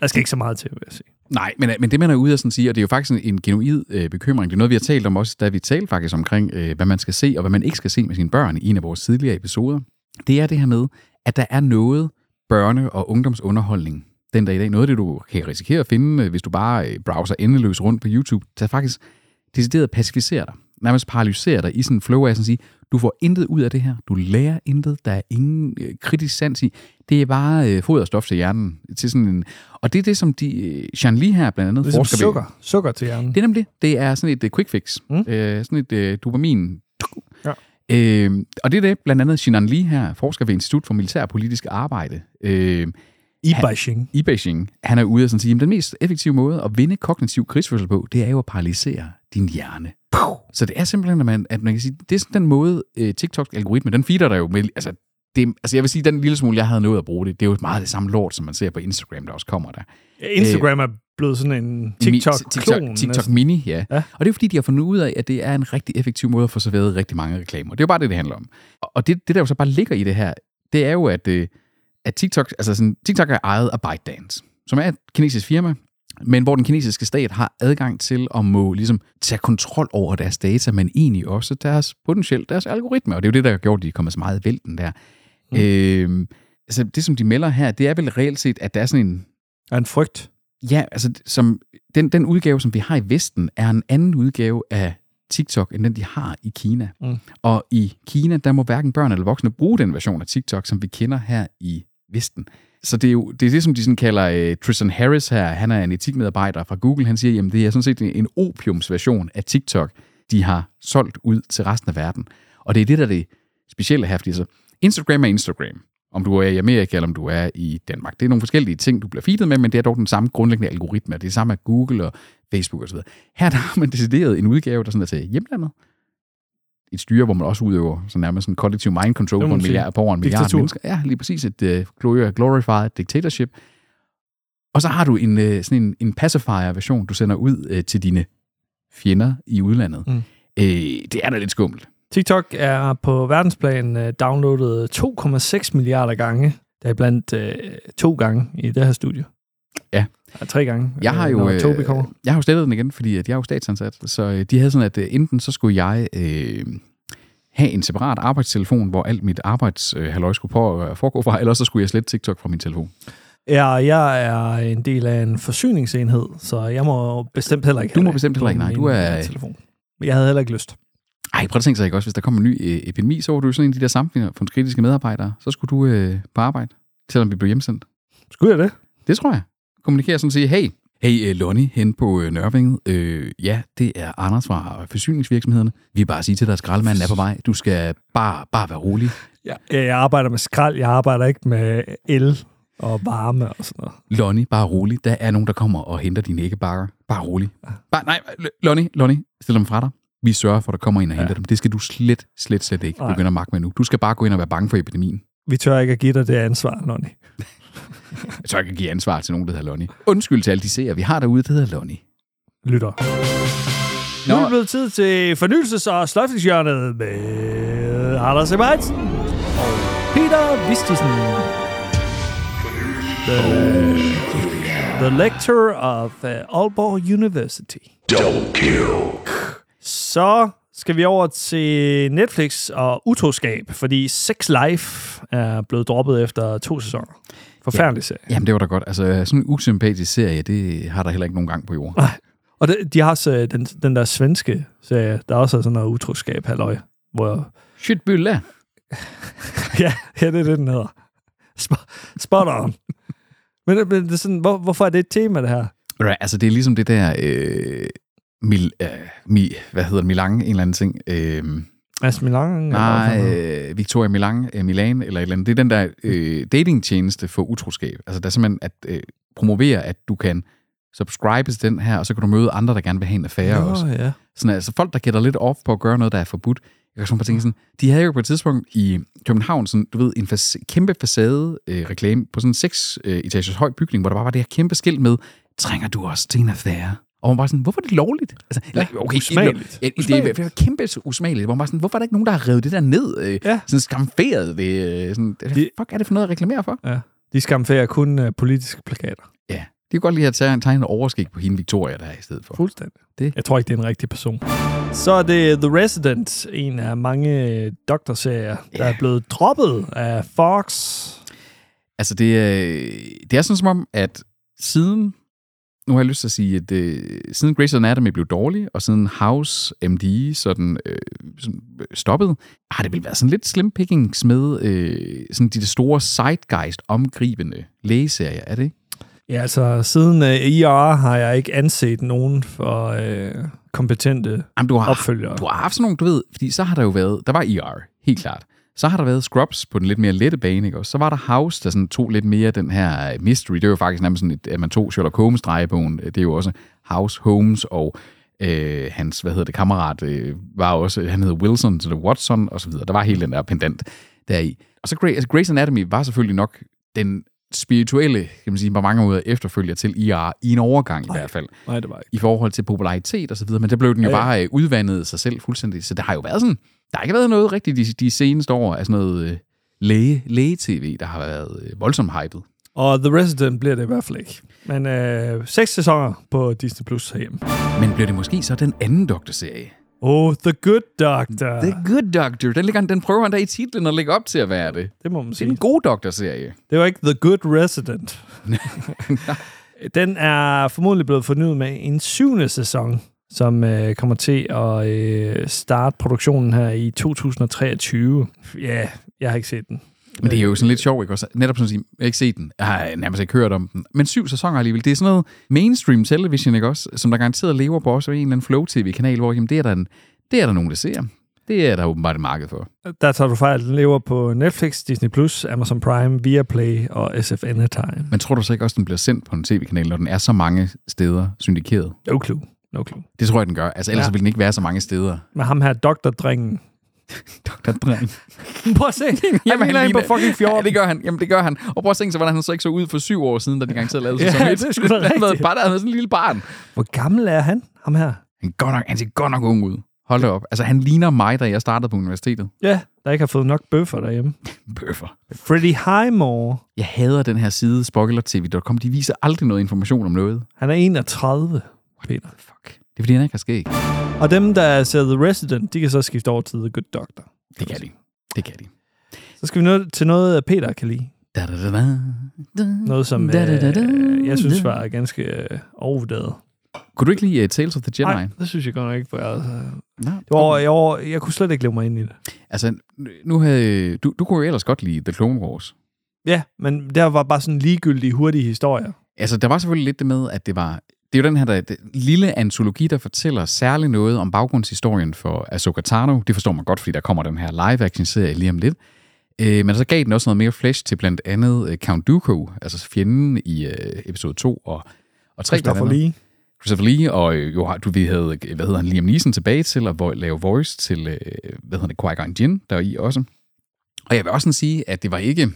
Speaker 1: Der skal ikke så meget til, vil jeg sige.
Speaker 2: Nej, men, men det man er ude at sådan sige, og det er jo faktisk en, en genuid øh, bekymring. Det er noget, vi har talt om også, da vi talte faktisk omkring, øh, hvad man skal se og hvad man ikke skal se med sine børn i en af vores tidligere episoder. Det er det her med, at der er noget børne- og ungdomsunderholdning den dag i dag. Noget af det, du kan risikere at finde, øh, hvis du bare øh, browser endeløst rundt på YouTube, der faktisk decideret pacificerer dig. Nærmest paralyserer dig i sådan en flow af sådan at sige, du får intet ud af det her. Du lærer intet. Der er ingen øh, kritisk sans i. Det er bare øh, foderstof til hjernen. Til sådan en, og det er det, som de, øh, Jean Lee her blandt andet
Speaker 1: Det er som
Speaker 2: forsker ved.
Speaker 1: Ligesom sukker. Sukker til hjernen.
Speaker 2: Det er nemlig det. Det er sådan et uh, quick fix.
Speaker 1: Mm.
Speaker 2: Mm. Uh, sådan et uh, dopamin.
Speaker 1: Ja.
Speaker 2: Øh, og det er det, blandt andet Shinan Li her, forsker ved Institut for Militær og Politisk Arbejde øh,
Speaker 1: E-bashing.
Speaker 2: i Beijing. Han er ude og sådan sige, at den mest effektive måde at vinde kognitiv krigsførsel på, det er jo at paralysere din hjerne.
Speaker 1: Pow!
Speaker 2: Så det er simpelthen, at man, at man kan sige, det er sådan den måde, øh, TikToks algoritme, den feeder der jo med, altså, det, altså jeg vil sige, den lille smule, jeg havde nået at bruge det, det er jo meget det samme lort, som man ser på Instagram, der også kommer der.
Speaker 1: Ja, Instagram er blevet sådan en TikTok-klon.
Speaker 2: TikTok, TikTok
Speaker 1: næsten.
Speaker 2: Mini, ja.
Speaker 1: Ja.
Speaker 2: ja. Og det er jo fordi, de har fundet ud af, at det er en rigtig effektiv måde at få serveret rigtig mange reklamer. Det er jo bare det, det handler om. Og- Og det, det der jo så bare ligger i det her, det er jo, at, øh, at TikTok, altså sådan, TikTok er ejet af ByteDance, som er et kinesisk firma, men hvor den kinesiske stat har adgang til at må ligesom tage kontrol over deres data, men egentlig også deres potentielt deres algoritmer. Og det er jo det, der har gjort, at de er kommet så meget i vælten der. Mm. Øh, altså det, som de melder her, det er vel reelt set, at der er sådan en,
Speaker 1: Er en frygt.
Speaker 2: Ja, altså som, den, den udgave, som vi har i Vesten, er en anden udgave af TikTok, end den, de har i Kina.
Speaker 1: Mm.
Speaker 2: Og i Kina, der må hverken børn eller voksne bruge den version af TikTok, som vi kender her i Vesten. Så det er jo det, er det som de sådan kalder øh, Tristan Harris her. Han er en etikmedarbejder fra Google. Han siger, jamen det er sådan set en opiumsversion af TikTok, de har solgt ud til resten af verden. Og det er det, der er det specielle her, fordi så Instagram er Instagram. Om du er i Amerika, eller om du er i Danmark. Det er nogle forskellige ting, du bliver feedet med, men det er dog den samme grundlæggende algoritme. Det er det samme af Google og Facebook osv. Her der har man decideret en udgave, der sådan er til hjemlandet. Et styre, hvor man også udøver så nærmest sådan kollektiv mind control
Speaker 1: Det må
Speaker 2: på en
Speaker 1: man sige.
Speaker 2: milliard, på over en milliard
Speaker 1: Diktatur.
Speaker 2: mennesker. Ja, lige præcis et øh, glori- glorified dictatorship. Og så har du en, øh, sådan en, en pacifier-version, du sender ud øh, til dine fjender i udlandet.
Speaker 1: Mm.
Speaker 2: Mm. Øh, det er da lidt skummelt.
Speaker 1: TikTok er på verdensplan øh, downloadet 2,6 milliarder gange. Der er blandt øh, to gange i det her studie.
Speaker 2: Ja.
Speaker 1: ja tre gange.
Speaker 2: Jeg har
Speaker 1: øh,
Speaker 2: jo,
Speaker 1: når Tobi
Speaker 2: øh,
Speaker 1: kommer.
Speaker 2: jeg har jo slettet den igen, fordi at jeg er jo statsansat. Så øh, de havde sådan, at øh, enten så skulle jeg øh, have en separat arbejdstelefon, hvor alt mit arbejdshalløj øh, skulle på, øh, foregå fra, eller så skulle jeg slette TikTok fra min telefon.
Speaker 1: Ja, jeg er en del af en forsyningsenhed, så jeg må bestemt heller ikke
Speaker 2: Du
Speaker 1: have
Speaker 2: må
Speaker 1: det
Speaker 2: bestemt
Speaker 1: på
Speaker 2: heller ikke, nej.
Speaker 1: min
Speaker 2: Du er-
Speaker 1: telefon. Men Jeg havde heller ikke lyst.
Speaker 2: Ej, prøv at tænke sig ikke også, hvis der kom en ny øh, epidemi, så var du jo sådan en af de der samfundskritiske medarbejdere. Så skulle du øh, på arbejde, selvom vi blev hjemsendt.
Speaker 1: Skulle jeg det?
Speaker 2: Det tror jeg. Kommunikere sådan og sige, hey, hey øh, Lonnie hen på øh, Nørvinget. Øh, ja, det er Anders fra forsyningsvirksomhederne. Vi vil bare sige til dig, at skraldemanden er på vej. Du skal bare, bare være rolig.
Speaker 1: Ja. Jeg arbejder med skrald, jeg arbejder ikke med el og varme og sådan noget.
Speaker 2: Lonnie, bare rolig. Der er nogen, der kommer og henter dine æggebakker. Bare rolig. Bare, nej, L- Lonnie, Lonnie, stil dem fra dig. Vi sørger for, at der kommer en og henter ja. dem. Det skal du slet, slet, slet ikke
Speaker 1: Nej.
Speaker 2: begynde at makke med nu. Du skal bare gå ind og være bange for epidemien.
Speaker 1: Vi tør ikke at give dig det ansvar, Lonnie.
Speaker 2: Jeg tør ikke give ansvar til nogen, der hedder Lonnie. Undskyld til alle de seere, vi har derude, der hedder Lonnie.
Speaker 1: Lytter. Nu er det blevet tid til fornyelses- og sløjfningshjørnet med Anders Emmerhans og Peter Vistisen. The, the lecturer of uh, Aalborg University.
Speaker 4: Double kill.
Speaker 1: Så skal vi over til Netflix og utroskab, fordi Sex Life er blevet droppet efter to sæsoner. Forfærdelig serie.
Speaker 2: Jamen, det var da godt. Altså, sådan en usympatisk serie, det har der heller ikke nogen gang på jorden.
Speaker 1: Og det, de har også øh, den, den der svenske serie, der også er sådan noget utroskab, halløj. Hvor,
Speaker 2: Shit, bylla.
Speaker 1: ja, ja, det er det, den hedder. Sp- Spot on. Men, det- men det er sådan, hvor, hvorfor er det et tema, det her?
Speaker 2: Right, altså, det er ligesom det der... Øh, mil, øh, mi, hvad hedder det? Milange, en eller anden ting. Øh,
Speaker 1: Mads Milan?
Speaker 2: Nej, øh, Victoria Milan, øh, Milan eller et eller andet. Det er den der øh, datingtjeneste for utroskab. Altså der er simpelthen at øh, promovere, at du kan subscribe til den her, og så kan du møde andre, der gerne vil have en affære Nå. også.
Speaker 1: Nå, ja.
Speaker 2: Sådan, altså folk, der gætter lidt off på at gøre noget, der er forbudt. Jeg kan sådan bare tænke sådan, de havde jo på et tidspunkt i København, sådan, du ved, en fac- kæmpe facade-reklame på sådan en seks øh, etagers høj bygning, hvor der bare var det her kæmpe skilt med, trænger du også til en affære? Og man var sådan, hvorfor er det lovligt? Altså, ja, okay,
Speaker 1: usmageligt.
Speaker 2: Ja, det, er, det er kæmpe usmageligt, hvor man var sådan, hvorfor er der ikke nogen, der har revet det der ned? Øh,
Speaker 1: Ja.
Speaker 2: ja. Sådan skamferet det. Øh, sådan, hvad
Speaker 1: De-
Speaker 2: fuck er det for noget at reklamere for?
Speaker 1: De skamferer kun øh, politiske plakater.
Speaker 2: Ja, de kunne godt lige have taget- tegnet en overskæg på hende Victoria der i stedet for.
Speaker 1: Fuldstændig.
Speaker 2: Det-
Speaker 1: Jeg tror ikke, det er en rigtig person. Så er det The Resident, en af mange øh, doktorserier, der er blevet droppet af Fox.
Speaker 2: Altså, det, øh, det er sådan som om, at siden... Nu har jeg lyst til at sige, at øh, siden Grey's Anatomy blev dårlig, og siden House MD sådan, øh, sådan øh, stoppede, har det vel været sådan lidt slim pickings med øh, sådan de der store zeitgeist omgribende lægeserier, er det ikke?
Speaker 1: Ja, altså siden øh, IR har jeg ikke anset nogen for øh, kompetente
Speaker 2: Jamen, du har,
Speaker 1: opfølgere.
Speaker 2: Ah, Du har haft sådan nogle, du ved, fordi så har der jo været, der var ER, helt klart. Så har der været Scrubs på den lidt mere lette bane, ikke? Og så var der House, der sådan tog lidt mere den her øh, mystery. Det var jo faktisk nærmest sådan, et, at man tog Sherlock Holmes-drejebogen. Det er jo også House, Holmes og Øh, hans, hvad hedder det, kammerat øh, var også, han hed Wilson, så det var Watson og så videre. Der var hele den der pendant deri. Og så Grey, altså Grey's Anatomy var selvfølgelig nok den spirituelle, kan man sige, på mange måder efterfølger til IR, i en overgang i hvert fald
Speaker 1: Nej, det var ikke.
Speaker 2: i forhold til popularitet og så videre, men der blev den jo
Speaker 1: Ja,
Speaker 2: ja,
Speaker 1: ja.
Speaker 2: ja. bare øh, udvandet sig selv fuldstændig. Så der har jo været sådan, der har ikke været noget rigtigt de, de seneste år af sådan noget øh, læge, læge-tv, der har været øh, voldsomt hypet.
Speaker 1: Og The Resident bliver det i hvert fald ikke. Men øh, seks sæsoner på Disney Plus herhjemme.
Speaker 2: Men blev det måske så den anden doktorserie?
Speaker 1: Oh, The Good Doctor.
Speaker 2: The
Speaker 1: Det,
Speaker 2: Good Doctor, den, ligger, den prøver han da i titlen at lægge op til at være det.
Speaker 1: det må man
Speaker 2: Det er en
Speaker 1: sige.
Speaker 2: god doktorserie.
Speaker 1: Det var ikke The Good Resident. Den er formodentlig blevet fornyet med en syvende sæson, som øh, kommer til at øh, starte produktionen her i 2023. Ja, yeah, jeg har ikke set den.
Speaker 2: Men det er jo sådan lidt sjovt, ikke også? Netop sådan at sige, jeg har ikke set den, jeg har nærmest ikke hørt om den. Men syv sæsoner alligevel, det er sådan noget mainstream television, ikke også? Som der garanteret lever på også en eller anden flow-tv-kanal, hvor jamen, det, er der en, det er der nogen, der ser. Det er der åbenbart et marked for.
Speaker 1: Der tager du fejl. Den lever på Netflix, Disney+, Plus, Amazon Prime, Viaplay og SF Anytime.
Speaker 2: Men tror du så ikke også, den bliver sendt på en tv-kanal, når den er så mange steder syndikeret?
Speaker 1: No clue. No clue.
Speaker 2: Det tror jeg, den gør. Altså, ellers
Speaker 1: Ja.
Speaker 2: ja. ville den ikke være så mange steder.
Speaker 1: Med ham her, doktordrengen.
Speaker 2: Dr. Dreng.
Speaker 1: Prøv at se. Jamen, han, han ligner en på fucking
Speaker 2: Ja,
Speaker 1: 14.
Speaker 2: det gør han. Jamen, det gør han. Og prøv at tænke sig, hvordan han så ikke så ud for syv år siden, da de gang til lavede
Speaker 1: Ja,
Speaker 2: sæson
Speaker 1: det er sgu da
Speaker 2: Han var
Speaker 1: rigtigt.
Speaker 2: bare der, han var sådan en lille barn.
Speaker 1: Hvor gammel er han, ham her?
Speaker 2: Han, godt nok, han ser godt nok ung ud. Hold da op. Altså, han ligner mig, da jeg startede på universitetet.
Speaker 1: Ja, der ikke har fået nok bøffer derhjemme.
Speaker 2: Bøffer.
Speaker 1: Freddie Highmore,
Speaker 2: Jeg hader den her side, spoilertv.com. De viser aldrig noget information om noget.
Speaker 1: han er 31, Peter.
Speaker 2: Fuck. Det er, fordi han ikke har skæg.
Speaker 1: Og dem, der ser The Resident, de kan så skifte over til The Good Doctor.
Speaker 2: Det kan de. Det kan de.
Speaker 1: Så skal vi nå til noget, Peter kan lide.
Speaker 2: Da, da, da, da. Da,
Speaker 1: Noget, som
Speaker 2: da, da, da, da.
Speaker 1: øh, jeg synes var ganske øh, overvurderet.
Speaker 2: Kunne du ikke lide uh, Tales of the Jedi?
Speaker 1: Nej, det synes jeg godt nok ikke. For jeg, altså.
Speaker 2: Nå,
Speaker 1: det var, jeg, var, jeg kunne slet ikke leve mig ind i det.
Speaker 2: Altså, nu havde, du, du kunne jo ellers godt lide The Clone Wars.
Speaker 1: Ja, men der var bare sådan ligegyldige, hurtige historier.
Speaker 2: Altså, der var selvfølgelig lidt det med, at det var... Det er jo den her der, det, lille antologi, der fortæller særlig noget om baggrundshistorien for Ahsoka Tano. Det forstår man godt, fordi der kommer den her live-action-serie lige om lidt. Øh, men så gav den også noget mere flash til blandt andet øh, Count Dooku, altså fjenden i øh, episode 2 og, og 3.
Speaker 1: Christopher Lee.
Speaker 2: Christopher Lee, og øh, jo, har- du, vi havde, øh, hvad hedder han, Liam Neeson tilbage til at vo- lave voice til, øh, hvad hedder det, Qui-Gon Jinn, der var i også. Og jeg vil også sådan sige, at det var ikke,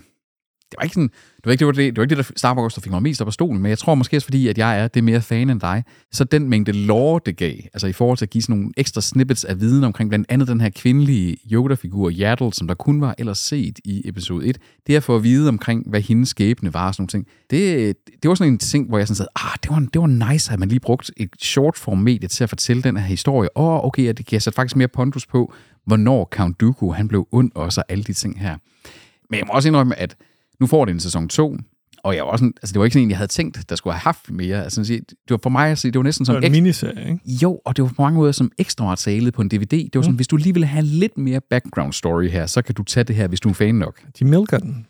Speaker 2: det var ikke sådan, det var ikke det, var det, det, var ikke det der Star Wars, der fik mig mest op af stolen, men jeg tror måske også fordi, at jeg er det mere fan end dig, så den mængde lore, det gav, altså i forhold til at give sådan nogle ekstra snippets af viden omkring blandt andet den her kvindelige Yoda-figur, Yaddle, som der kun var ellers set i episode 1, det at få at vide omkring, hvad hendes skæbne var og sådan nogle ting, det, det var sådan en ting, hvor jeg sådan sagde, ah, det var, det var nice, at man lige brugte et short form medie til at fortælle den her historie. Åh, oh, okay, og det kan jeg sætte faktisk mere pondus på, hvornår Count Dooku, han blev ond også, og alle de ting her. Men jeg må også indrømme, at nu får det en sæson 2, og jeg var også sådan, altså det var ikke sådan en, jeg havde tænkt, der skulle have haft mere. Altså, sådan set, det var for mig at sige, det var næsten som
Speaker 1: Det var en
Speaker 2: ekstra,
Speaker 1: miniserie, ikke?
Speaker 2: jo, og det var på mange måder som ekstra materiale på en DVD. Det var sådan, mm. hvis du lige vil have lidt mere background story her, så kan du tage det her, hvis du er fan nok.
Speaker 1: De milker den,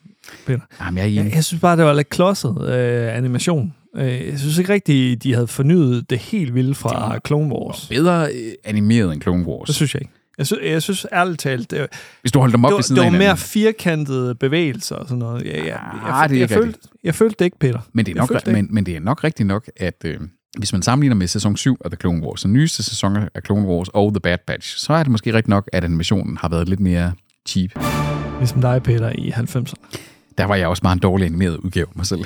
Speaker 1: Peter.
Speaker 2: Jamen, jeg er enig.
Speaker 1: Jeg, jeg synes bare, det var lidt klodset øh, animation. Øh, jeg synes ikke rigtigt, de havde fornyet det helt vildt fra Clone Wars.
Speaker 2: Bedre øh, animeret end Clone
Speaker 1: Det
Speaker 2: Wars.
Speaker 1: synes jeg ikke. Jeg synes, jeg synes ærligt talt, det,
Speaker 2: Hvis du holder dem op
Speaker 1: det,
Speaker 2: ved
Speaker 1: var,
Speaker 2: siden
Speaker 1: det
Speaker 2: af
Speaker 1: var mere
Speaker 2: hinanden.
Speaker 1: firkantede bevægelser og sådan noget. Ja, ja. Jeg,
Speaker 2: Ah, det er
Speaker 1: jeg,
Speaker 2: ikke
Speaker 1: følte, jeg følte det ikke, Peter.
Speaker 2: Men det er
Speaker 1: Jeg følte
Speaker 2: nok,
Speaker 1: det ikke.
Speaker 2: men, men det er nok rigtigt nok, at øh, hvis man sammenligner med sæson 7 af The Clone Wars, den nyeste sæson af Clone Wars og The Bad Batch, så er det måske rigtigt nok, at animationen har været lidt mere cheap.
Speaker 1: Ligesom dig, Peter, i 90'erne.
Speaker 2: Der var jeg også bare en dårlig animeret udgave af mig selv.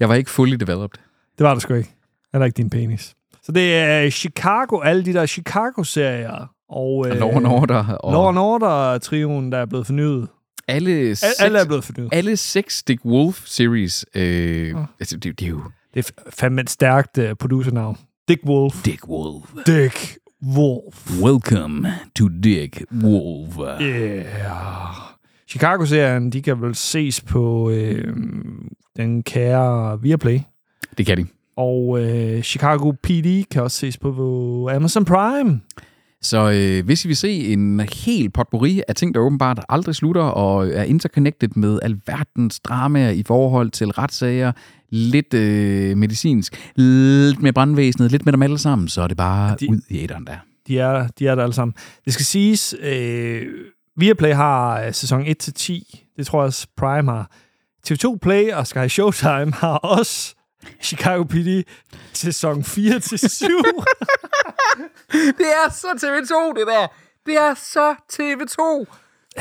Speaker 2: jeg var ikke fully developed.
Speaker 1: Det var det sgu ikke. Heller ikke din penis. Så det er Chicago, alle de der Chicago-serier. Og øh,
Speaker 2: Law and Order og
Speaker 1: Law and Order-trioen, der er blevet fornyet.
Speaker 2: alle,
Speaker 1: Al-
Speaker 2: seks,
Speaker 1: alle er blevet fornyet.
Speaker 2: alle seks Dick Wolf-series, øh,
Speaker 1: Mm.
Speaker 2: altså, det, det er jo
Speaker 1: Det er fandme et stærkt øh, producernavn. Dick Wolf.
Speaker 2: Dick Wolf.
Speaker 1: Dick Wolf.
Speaker 2: Welcome to Dick Wolf.
Speaker 1: Yeah. Chicago-serien, de kan vel ses på øh, den kære Viaplay.
Speaker 2: Det kan de.
Speaker 1: Og øh, Chicago PD kan også ses på Amazon Prime.
Speaker 2: Så øh, hvis I vil se en hel potpourri af ting, der åbenbart aldrig slutter og er interconnected med alverdens dramaer i forhold til retssager, lidt øh, medicinsk, lidt med brandvæsenet, lidt med dem alle sammen, så er det bare
Speaker 1: de-
Speaker 2: de... ud i æderen der.
Speaker 1: De er, de er der alle sammen. Det skal siges, øh, Viaplay har øh, sæson 1-10. Det tror jeg også Prime har. TV2 Play og Sky Showtime har også Chicago PD sæson 4-7.
Speaker 2: Det er så TV2, det der. Det er så TV2.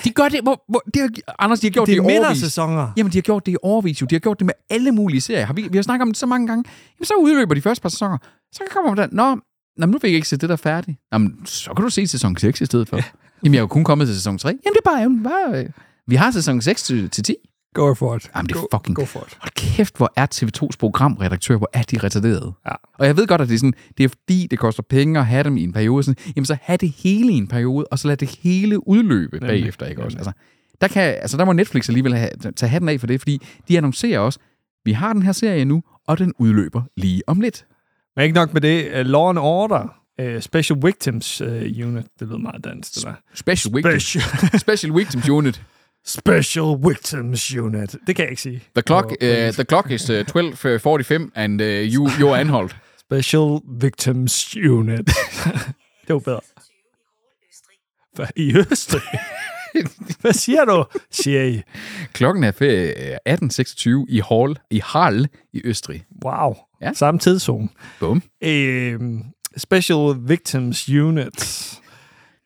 Speaker 2: De gør det, hvor, hvor, det har, Anders, de har gjort
Speaker 1: Det
Speaker 2: det,
Speaker 1: er
Speaker 2: i årevis.
Speaker 1: midtersæsoner.
Speaker 2: Jamen, de har gjort det i årevis, jo. De har gjort det med alle mulige serier. Har vi, vi har snakket om det så mange gange. Jamen, så udløber de første par sæsoner. Så kommer man der, nå, nå, men nu fik jeg ikke set det der færdigt. Nå, men, så kan du se sæson 6 i stedet for. Jamen, jeg er jo kun kommet til sæson 3. Jamen, det er bare, jamen, bare øh, vi har sæson 6 til, til 10.
Speaker 1: Go for it.
Speaker 2: Jamen, det er
Speaker 1: go,
Speaker 2: fucking-
Speaker 1: Go for it.
Speaker 2: Hold kæft, hvor er TV2's programredaktør, hvor er de retarderede.
Speaker 1: Ja.
Speaker 2: Og jeg ved godt, at det er, sådan, det er fordi, det koster penge at have dem i en periode. Sådan, jamen så have det hele i en periode, og så lad det hele udløbe Nemlig. bagefter. Ikke også? Altså, der, kan, altså, der må Netflix alligevel have, tage hatten af for det, fordi de annoncerer også, vi har den her serie nu, og den udløber lige om lidt.
Speaker 1: Men ikke nok med det. Uh, Law and Order. Uh, Special Victims uh, Unit. Det lyder meget dansk, det der.
Speaker 2: Special Victims, Special Victims Unit.
Speaker 1: Special Victims Unit. Det kan jeg ikke sige.
Speaker 2: The clock,
Speaker 1: På- på
Speaker 2: uh,
Speaker 1: engelsk.
Speaker 2: the clock is uh, 12.45, and uh, you, you are anholdt.
Speaker 1: Special Victims Unit. det var bedre. Hvad? I Østrig? Hvad siger du, siger I?
Speaker 2: Klokken er øh, 18.26 i Hall, i Hall i Østrig.
Speaker 1: Wow.
Speaker 2: Ja.
Speaker 1: Samme tidszone.
Speaker 2: Bum.
Speaker 1: Øhm, Special Victims Unit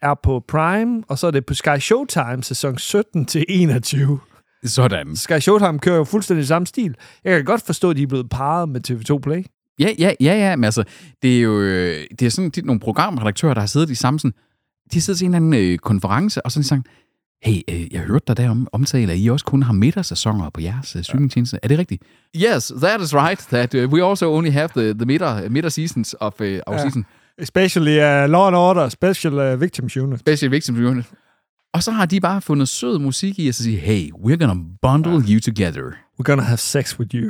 Speaker 1: er på Prime, og så er det på Sky Showtime, sæson 17 til 21.
Speaker 2: Sådan.
Speaker 1: Sky Showtime kører jo fuldstændig samme stil. Jeg kan godt forstå, at de er blevet parret med TV2 Play.
Speaker 2: Ja, ja, ja, ja, men altså, det er jo øh, det er sådan de, nogle programredaktører, der har siddet i samme sådan, de sidder til en eller anden øh, konference, og sådan sådan, hey, øh, jeg hørte dig derom omtale, at I også kun har midtersæsoner på jeres øh, streamingtjeneste. Er det rigtigt? Yes, that is right, that uh, we also only have the, the midter, midter seasons of uh, our
Speaker 1: Ja.
Speaker 2: season.
Speaker 1: Especially uh, Law and Order, Special uh, Victims Unit.
Speaker 2: Special Victims Unit. Og så har de bare fundet sød musik i, og så siger, hey, we're gonna bundle you together.
Speaker 1: We're gonna have sex with you.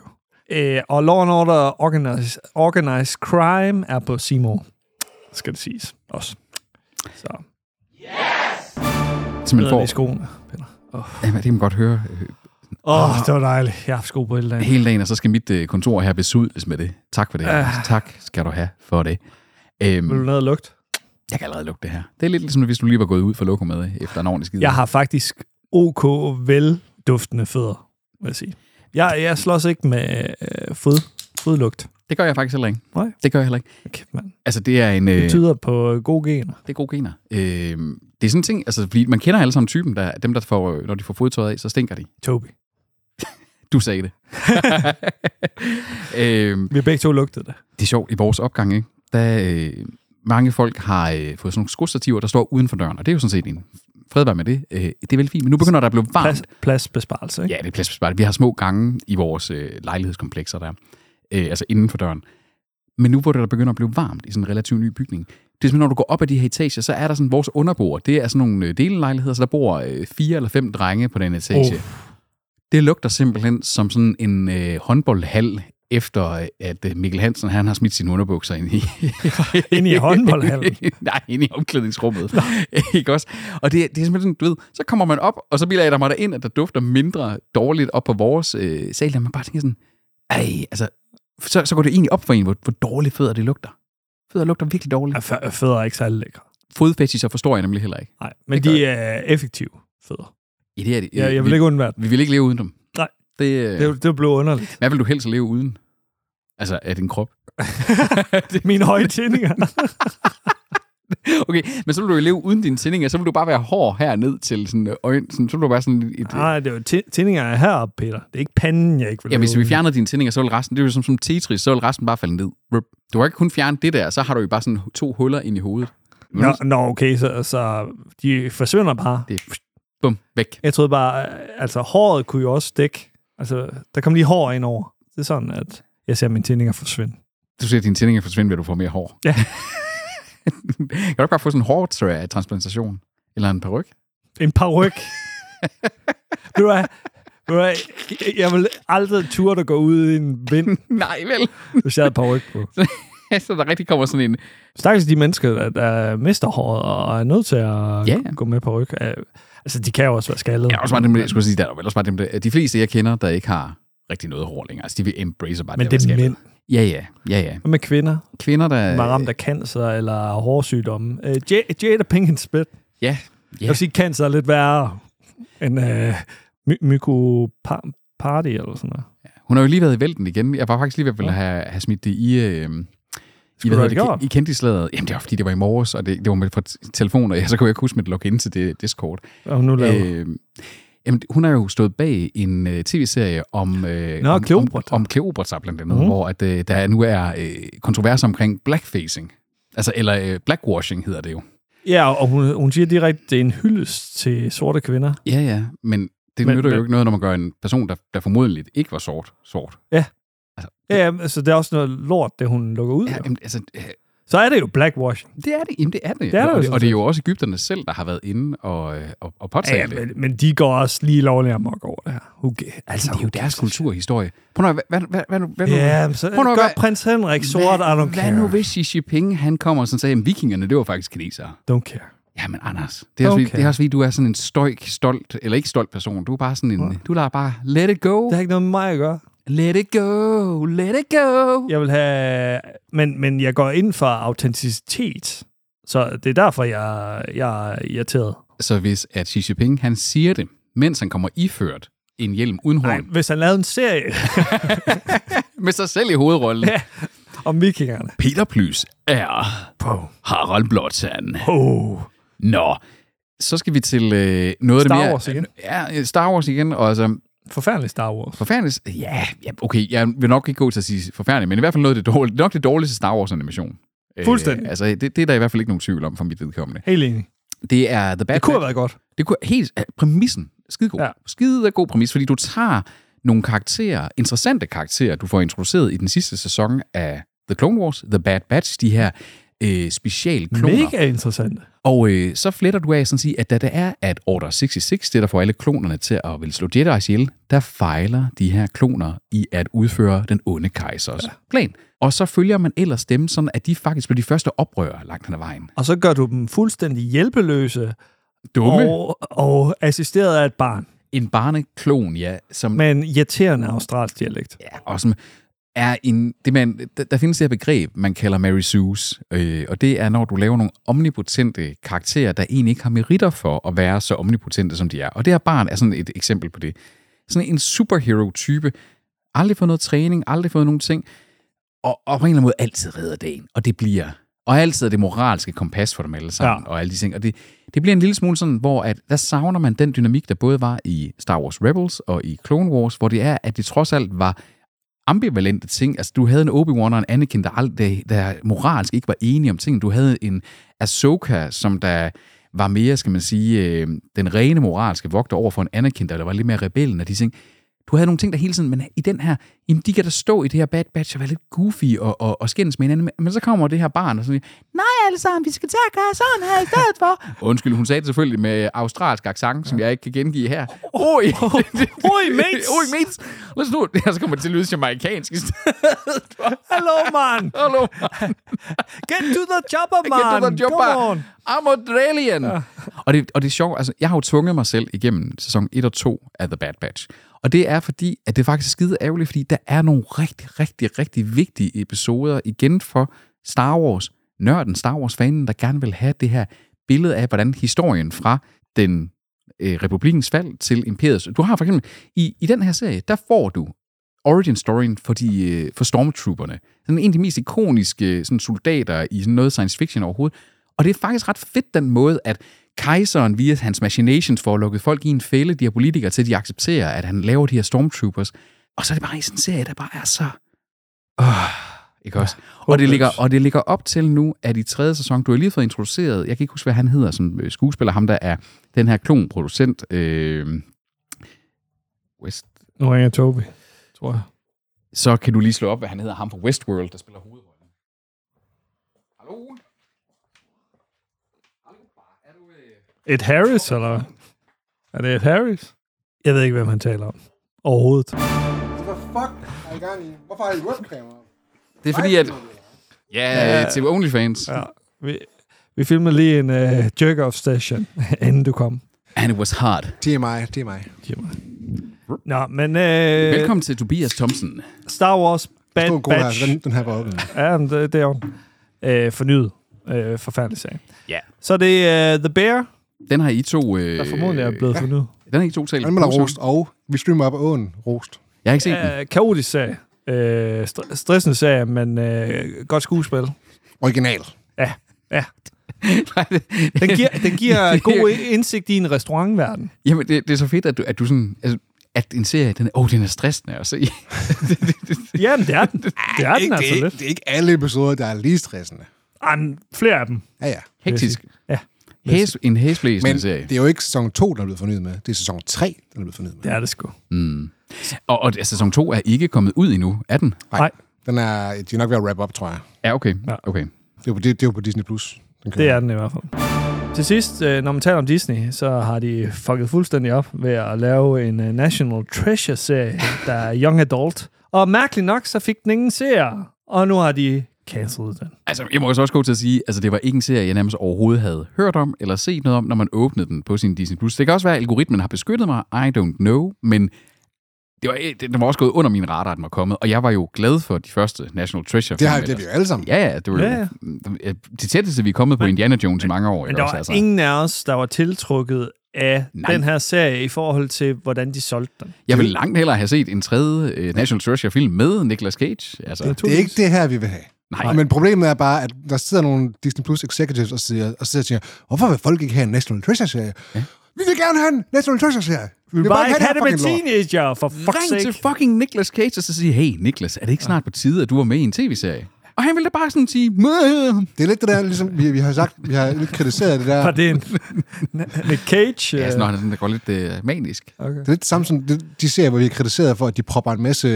Speaker 1: Øh, og Law and Order Organized, Organized Crime er på Seymour. Skal det siges også. Så
Speaker 2: Så man
Speaker 1: bedre i
Speaker 2: får,
Speaker 1: skoene, Peter. Åh, oh.
Speaker 2: jamen, det kan man godt høre øh,
Speaker 1: oh, det var dejligt. Jeg har haft sko på hele dagen.
Speaker 2: hele dagen, og så skal mit øh, kontor her besudles med det. Tak for det.
Speaker 1: Ah.
Speaker 2: Uh. Tak skal du have for det.
Speaker 1: Vil du
Speaker 2: Øhm,
Speaker 1: ned og lugte?
Speaker 2: jeg kan allerede lugte det her. Det er lidt ligesom, hvis du lige var gået ud for lokummet efter en ordentlig skid.
Speaker 1: Jeg har faktisk ok velduftende fødder, vil jeg sige. Jeg, jeg slås ikke med øh, fod, fodlugt.
Speaker 2: Det gør jeg faktisk heller ikke.
Speaker 1: Nej.
Speaker 2: Det gør jeg heller ikke.
Speaker 1: Kæft, mand.
Speaker 2: Altså, det er en... Øh,
Speaker 1: Det tyder på gode gener.
Speaker 2: det er gode gener. Øhm, det er sådan en ting, altså, fordi man kender alle sammen typen, der, dem, der får, øh, når de får fodtøjet af, så stinker de.
Speaker 1: Toby.
Speaker 2: Du sagde det. øhm,
Speaker 1: Vi har begge to lugtet det.
Speaker 2: det er sjovt, i vores opgang, ikke? da øh, mange folk har øh, fået sådan nogle skostativer, der står uden for døren, og det er jo sådan set en fred være med det. Øh, det er vel fint, men nu begynder der at blive varmt.
Speaker 1: Plads, pladsbesparelse, ikke?
Speaker 2: Ah. Ja, det er pladsbesparende. Vi har små gange i vores øh, lejlighedskomplekser der, øh, altså inden for døren. Men nu hvor det der begynder at blive varmt i sådan en relativt ny bygning, det er simpelthen, når du går op ad de her etager, så er der sådan vores underboer. Det er sådan nogle øh, delelejligheder, så der bor øh, fire eller fem drenge på den etage.
Speaker 1: Oh.
Speaker 2: Oh. Det lugter simpelthen som sådan en øh, håndboldhal, efter øh, at øh, Mikkel Hansen han har smidt sine underbukser ind i,
Speaker 1: Inde Oh. i håndboldhallen.
Speaker 2: Nej, inde i omklædningsrummet. ikke også? Og det, det er simpelthen, du ved, så kommer man op, og så bilder man der ind, at der dufter mindre dårligt op på vores øh, sal, og man bare tænker sådan, ej, altså, så, så går det egentlig op for en, hvor, hvor dårligt fødder det lugter. Fødder lugter virkelig dårligt.
Speaker 1: Ja, fø- Fødder er ikke særlig lækre.
Speaker 2: Fodfetischer forstår jeg nemlig heller ikke.
Speaker 1: Nej, men
Speaker 2: Det gør
Speaker 1: de er effektive fødder.
Speaker 2: I det er det,
Speaker 1: Jeg, jeg
Speaker 2: vi,
Speaker 1: vil ikke undvære dem.
Speaker 2: vi vil ikke leve uden dem.
Speaker 1: Nej.
Speaker 2: Det, øh,
Speaker 1: Det, det blev underligt.
Speaker 2: Hvad vil du helst leve uden? Altså, af din krop.
Speaker 1: Mine høje tændinger.
Speaker 2: Okay, men så vil du jo leve uden dine tændinger, så vil du bare være hård herned til sådan øjen, sådan, så vil du være sådan et...
Speaker 1: Nej, det er jo tæ- tændinger er heroppe, Peter. Det er ikke panden, jeg ikke vil
Speaker 2: Ja, hvis
Speaker 1: lave.
Speaker 2: vi fjerner dine tændinger, så vil resten, det er jo som, som Tetris, så vil resten bare falde ned. Rup. Du kan ikke kun fjerne det der, så har du jo bare sådan to huller ind i hovedet.
Speaker 1: Nå, nå okay, så, så de forsvinder bare.
Speaker 2: Det er bum, væk.
Speaker 1: Jeg troede bare, altså håret kunne jo også dække. Altså, der kom lige hår ind over. Det er sådan, at jeg ser mine tændinger forsvinde.
Speaker 2: Du ser, at dine tændinger forsvinder, ved at du får mere hår.
Speaker 1: Ja.
Speaker 2: kan du ikke bare få sådan en hårtransplantation? Eller en peruk?
Speaker 1: En paryk. Ved du hvad? Ved du hvad? Jeg vil aldrig turde at gå ud i en vind,
Speaker 2: Nej, vel?
Speaker 1: hvis jeg havde paryk på.
Speaker 2: så der rigtig kommer sådan en...
Speaker 1: Stakkels de mennesker, der, der mister håret og er nødt til at
Speaker 2: Ja.
Speaker 1: gå med på ryg. Altså, de kan jo også være skaldet.
Speaker 2: Ja, også bare dem, jeg skulle sige, der er jo ellers bare dem, der, de fleste, jeg kender, der ikke har rigtig noget hår længere. Altså, de vil embrace bare
Speaker 1: Men
Speaker 2: at
Speaker 1: det er
Speaker 2: være skaldet.
Speaker 1: mænd.
Speaker 2: Ja, ja, ja, ja.
Speaker 1: Hvad med kvinder,
Speaker 2: Kvinder, der...
Speaker 1: der er ramt af cancer eller hårsygdomme? Øh, J- Jada Pinkett Smith.
Speaker 2: Ja,
Speaker 1: Jeg vil sige, cancer er lidt værre end øh, my- mykoparty eller sådan noget.
Speaker 2: Hun har jo lige været i vælten igen. Jeg var faktisk lige ved at ville have, have smidt det i, øh,
Speaker 1: du
Speaker 2: I, hvad
Speaker 1: have
Speaker 2: hedder det,
Speaker 1: gjort?
Speaker 2: I kendte i slaget. Jamen, det var fordi, det var i morges, og det, det var med fra t- telefonen, og jeg, så kunne jeg ikke huske mit login til det Discord.
Speaker 1: Og nu laver øh,
Speaker 2: Øh, jamen, hun har jo stået bag en øh, tv-serie om, øh,
Speaker 1: Nå,
Speaker 2: om, om,
Speaker 1: Kleopatra. Mhm.
Speaker 2: om Kleopatra, blandt andet, mm. hvor at, øh, der nu er øh, kontrovers omkring blackfacing. Altså, eller øh, blackwashing hedder det jo.
Speaker 1: Ja, og hun, hun siger direkte, det er en hyldest til sorte kvinder.
Speaker 2: Ja, ja, men det men,
Speaker 1: Men-
Speaker 2: nytter men, jo
Speaker 1: men-
Speaker 2: ikke noget, når man gør en person, der, der formodentligt ikke var sort, sort.
Speaker 1: Ja, ja, altså det er også noget lort, det hun lukker ud.
Speaker 2: Ja,
Speaker 1: Ja,
Speaker 2: jamen, altså,
Speaker 1: så er det jo blackwashing.
Speaker 2: Det er det. Jamen, det er det.
Speaker 1: Det er der jo
Speaker 2: og, det,
Speaker 1: sådan
Speaker 2: og det er jo også Ægypterne selv, der har været inde og, øh, og, og påtale
Speaker 1: Ja, ja
Speaker 2: det.
Speaker 1: men, men de går også lige lovligt amok over det her. Okay.
Speaker 2: altså, det er jo deres kulturhistorie. Prøv nu, at- hvad, hvad, hvad, nu- hvad, nu-
Speaker 1: Ja, men så
Speaker 2: Prøv nu at
Speaker 1: gør
Speaker 2: gøre-
Speaker 1: prins Henrik sort, I
Speaker 2: hvad,
Speaker 1: don't
Speaker 2: hvad nu
Speaker 1: care.
Speaker 2: hvis Xi Jinping, han kommer og sådan sagde, at vikingerne, det var faktisk kinesere.
Speaker 1: Don't care.
Speaker 2: Jamen, Anders, det er, også, okay.
Speaker 1: Okay.
Speaker 2: det er også fordi, du er sådan en støjk, stolt, eller ikke stolt person. Du er bare sådan en, du lader bare, let it go,
Speaker 1: Det har ikke noget med mig at gøre.
Speaker 2: let it go, let it go.
Speaker 1: Jeg vil have... Men, men jeg går ind for autenticitet. Så det er derfor, jeg, jeg er irriteret.
Speaker 2: Så hvis at Xi Jinping, han siger det, mens han kommer iført en hjelm uden
Speaker 1: Nej,
Speaker 2: horn,
Speaker 1: hvis han lavede en serie
Speaker 2: med sig selv i hovedrollen.
Speaker 1: om vikingerne.
Speaker 2: Peter Plys er
Speaker 1: På.
Speaker 2: Harald Blåtand.
Speaker 1: Oh.
Speaker 2: Nå, så skal vi til øh, noget af det
Speaker 1: Star
Speaker 2: mere...
Speaker 1: Wars igen.
Speaker 2: Ja, øh, Star Wars igen, og altså
Speaker 1: Forfærdelig Star Wars.
Speaker 2: forfærdeligt... Ja, ja, okay, jeg vil nok ikke gå til at sige forfærdeligt, men i hvert fald noget af det dårlige, nok det dårligste Star Wars-animation. Øh,
Speaker 1: Fuldstændig.
Speaker 2: altså, det, det er der i hvert fald ikke nogen tvivl om for mit vedkommende.
Speaker 1: Helt enig.
Speaker 2: Det er The Bad
Speaker 1: Det kunne have
Speaker 2: Batch.
Speaker 1: været godt.
Speaker 2: Det kunne helt... øh, Præmissen. Skidegod. Ja.
Speaker 1: Ja.
Speaker 2: Skidegod præmis, fordi du tager nogle karakterer, interessante karakterer, du får introduceret i den sidste sæson af The Clone Wars, The Bad Batch, de her øh, specialkloner.
Speaker 1: Mega interessant.
Speaker 2: Og øh, så fletter du af sådan at sige, at da det er, at Order 66, det der får alle klonerne til at vil slå Jedi ihjel, der fejler de her kloner i at udføre den onde kejsers ja. plan. Og så følger man ellers dem, sådan at de faktisk bliver de første oprørere langt hen ad vejen.
Speaker 1: Og så gør du dem fuldstændig hjælpeløse
Speaker 2: Dumme.
Speaker 1: og, og assisteret af et barn
Speaker 2: En barneklon, ja, som
Speaker 1: med en irriterende australsk dialekt.
Speaker 2: Ja, og som er en... Det man, der, der findes det her begreb, man kalder Mary Sue's, øh, og det er, når du laver nogle omnipotente karakterer, der egentlig ikke har meritter for at være så omnipotente, som de er. Og det her barn er sådan et eksempel på det. Sådan en superhero-type, aldrig fået noget træning, aldrig fået nogen ting, og, og på en eller anden måde altid redder dagen, og det bliver... Og altid er det moralske kompas for dem alle sammen, ja. og alle de ting. Og det, det bliver en lille smule sådan, hvor at, der savner man den dynamik, der både var i Star Wars Rebels og i Clone Wars, hvor det er, at det trods alt var ambivalente ting. Altså, du havde en Obi-Wan og en Anakin, der, aldrig, der moralsk ikke var enige om ting. Du havde en Ahsoka, som der var mere, skal man sige, øh, den rene moralske vogter over for en Anakin, der var lidt mere rebellen og de ting. Du havde nogle ting, der hele tiden, men i den her, jamen de kan da stå i det her Bad Batch og være lidt goofy og, og, og skændes med hinanden, men- men så kommer det her barn og sådan, nej alle sammen, vi skal til at gøre sådan her i stedet for. Undskyld, hun sagde det selvfølgelig med australsk accent, som jeg ikke kan gengive her. Oj,
Speaker 1: Oi, mates!
Speaker 2: Oj, mates! Listen nu, så kommer det til at lyde jamaikansk i stedet.
Speaker 1: Hello, man!
Speaker 2: Hallo,
Speaker 1: Get to the chopper, man!
Speaker 2: jeg hedder
Speaker 1: Come
Speaker 2: Jobba.
Speaker 1: on!
Speaker 2: I'm Australian. Ja. Og, det, og det er sjovt, altså, jeg har jo tvunget mig selv igennem sæson 1 og 2 af The Bad Batch. Og det er fordi, at det er faktisk skide ærgerligt, fordi der er nogle rigtig, rigtig, rigtig vigtige episoder igen for Star Wars. Nørden, Star Wars-fanen, der gerne vil have det her billede af, hvordan historien fra den øh, republikens fald til imperiets. Du har for eksempel, i, i den her serie, der får du origin storyen for, de, øh, for stormtrooperne. Sådan en af de mest ikoniske øh, sådan soldater i sådan noget science fiction overhovedet. Og det er faktisk ret fedt den måde, at kejseren via hans machinations får lukket folk i en fælde, de her politikere, til de accepterer, at han laver de her stormtroopers. Og så er det bare i sådan en serie, der bare er så... Oh, ikke også? Og det,
Speaker 1: håbløs.
Speaker 2: ligger, og det ligger op til nu, at i tredje sæson, du har lige fået introduceret, jeg kan ikke huske, hvad han hedder som øh, skuespiller, ham der er den her klonproducent, øh, West
Speaker 1: Nu ringer Toby, tror jeg.
Speaker 2: så kan du lige slå op, hvad han hedder, ham fra Westworld, der spiller hovedrollen. Hallo?
Speaker 1: Et Harris, eller hvad? Er det et Harris? Jeg ved ikke, hvem han taler om. Overhovedet.
Speaker 4: Hvad fuck er I gang i? Hvorfor har I webkamera?
Speaker 2: Det er fordi, at... Ja, ja. til OnlyFans. Ja.
Speaker 1: Ja. Vi, vi filmede lige en uh, jerk-off station, inden du kom.
Speaker 2: And it was hard. Øh.
Speaker 4: TMI, TMI.
Speaker 1: Nå, men øh,
Speaker 2: Velkommen til Tobias Thompson.
Speaker 1: Star Wars Bad
Speaker 4: Stor god her.
Speaker 1: Batch.
Speaker 4: Den, den her var oppe.
Speaker 1: Ja, men det, det er jo en, øh, fornyet øh, forfærdelig sag.
Speaker 2: Ja.
Speaker 1: Så er det er The Bear,
Speaker 2: Den har I to... Øh,
Speaker 1: der formodentlig er blevet fornyet.
Speaker 2: Den har I to talt.
Speaker 4: Anmelder rost, og vi streamer op ad åen. Rost.
Speaker 2: Jeg har ikke set den.
Speaker 1: Øh, kaotisk sag. Øh, st- stressende sag, men øh, godt skuespil.
Speaker 4: Original.
Speaker 1: Ja, ja.
Speaker 2: Nej, det-
Speaker 1: Den giver, den giver god indsigt i en restaurantverden.
Speaker 2: Jamen, det, det er så fedt, at du, at du sådan... Altså, at en serie, den er, oh, den er stressende at se. det, det, det,
Speaker 1: Jamen, det er den. Det er den
Speaker 4: ikke,
Speaker 1: altså
Speaker 4: det,
Speaker 1: lidt.
Speaker 4: er ikke, det er ikke alle episoder, der er lige stressende.
Speaker 1: Jamen, flere af dem.
Speaker 4: Ja, ja.
Speaker 2: hektisk.
Speaker 1: Ja,
Speaker 2: Hæs, en hæsblæsende
Speaker 4: Men
Speaker 2: serie.
Speaker 4: det er jo ikke sæson 2, der er blevet fornyet med. Det er sæson 3, der er blevet fornyet med.
Speaker 1: det er det sgu.
Speaker 2: Og, og sæson 2 er ikke kommet ud endnu, er den?
Speaker 1: Nej,
Speaker 4: Den er, de er nok ved at wrap up, tror jeg.
Speaker 2: Ja, okay.
Speaker 1: Ja.
Speaker 2: okay.
Speaker 4: Det er jo på, det, det er jo på Disney+. Plus. Den
Speaker 1: det er den i hvert fald. Til sidst, øh, når man taler om Disney, så har de fucket fuldstændig op ved at lave en øh, National Treasure-serie, der er young adult. Og mærkeligt nok, så fik den ingen seere, og nu har de cancelled den.
Speaker 2: Altså, jeg må jo så også gå til at sige, altså det var ikke en serie, jeg nærmest overhovedet havde hørt om eller set noget om, når man åbnede den på sin Disney+. Plus. Det kan også være, at algoritmen har beskyttet mig, I don't know, men det var, det- den var også gået under min radar, at den var kommet, og jeg var jo glad for de første National Treasure.
Speaker 4: Det har
Speaker 2: film
Speaker 4: det er vi jo alle sammen.
Speaker 2: Ja, ja, det var
Speaker 1: Ja, ja.
Speaker 2: ja, ja. det tætteste, vi er kommet på Indiana Jones i mange år.
Speaker 1: Men
Speaker 2: ikke
Speaker 1: der
Speaker 2: også, Altså,
Speaker 1: var ingen af os, der var tiltrukket af
Speaker 2: Nej.
Speaker 1: den her serie i forhold til, hvordan de solgte den.
Speaker 2: Jeg vil langt hellere have set en tredje øh, National Treasure-film med Nicolas Cage. Altså,
Speaker 1: Det-
Speaker 2: det,
Speaker 4: Det er ikke det her, vi vil have.
Speaker 2: Nej.
Speaker 4: Men problemet er bare, at der sidder nogle Disney Plus executives og siger, og sidder og siger, hvorfor vil folk ikke have en National Treasure-serie? Ja. Vi vil gerne have en National Treasure-serie. Vi
Speaker 1: Vi
Speaker 4: vil
Speaker 1: vil bare ikke have det med
Speaker 4: fucking lort.
Speaker 1: teenager, for fuck's
Speaker 2: Ring til
Speaker 1: sake.
Speaker 2: fucking Nicolas Cage og så sige, hey Nicolas, er det ikke snart på tide, at du var med i en tv-serie? Og han ville da bare sådan sige, "Møh."
Speaker 4: Det er lidt det der, ligesom, vi, vi har sagt, vi har lidt kritiseret det der.
Speaker 1: Var det en, en cage?
Speaker 2: ja,
Speaker 1: øh,
Speaker 2: sådan, når han sådan, der går lidt øh, manisk.
Speaker 1: okay.
Speaker 4: Det er lidt det samme som de, de serier, hvor vi er kritiseret for, at de propper en masse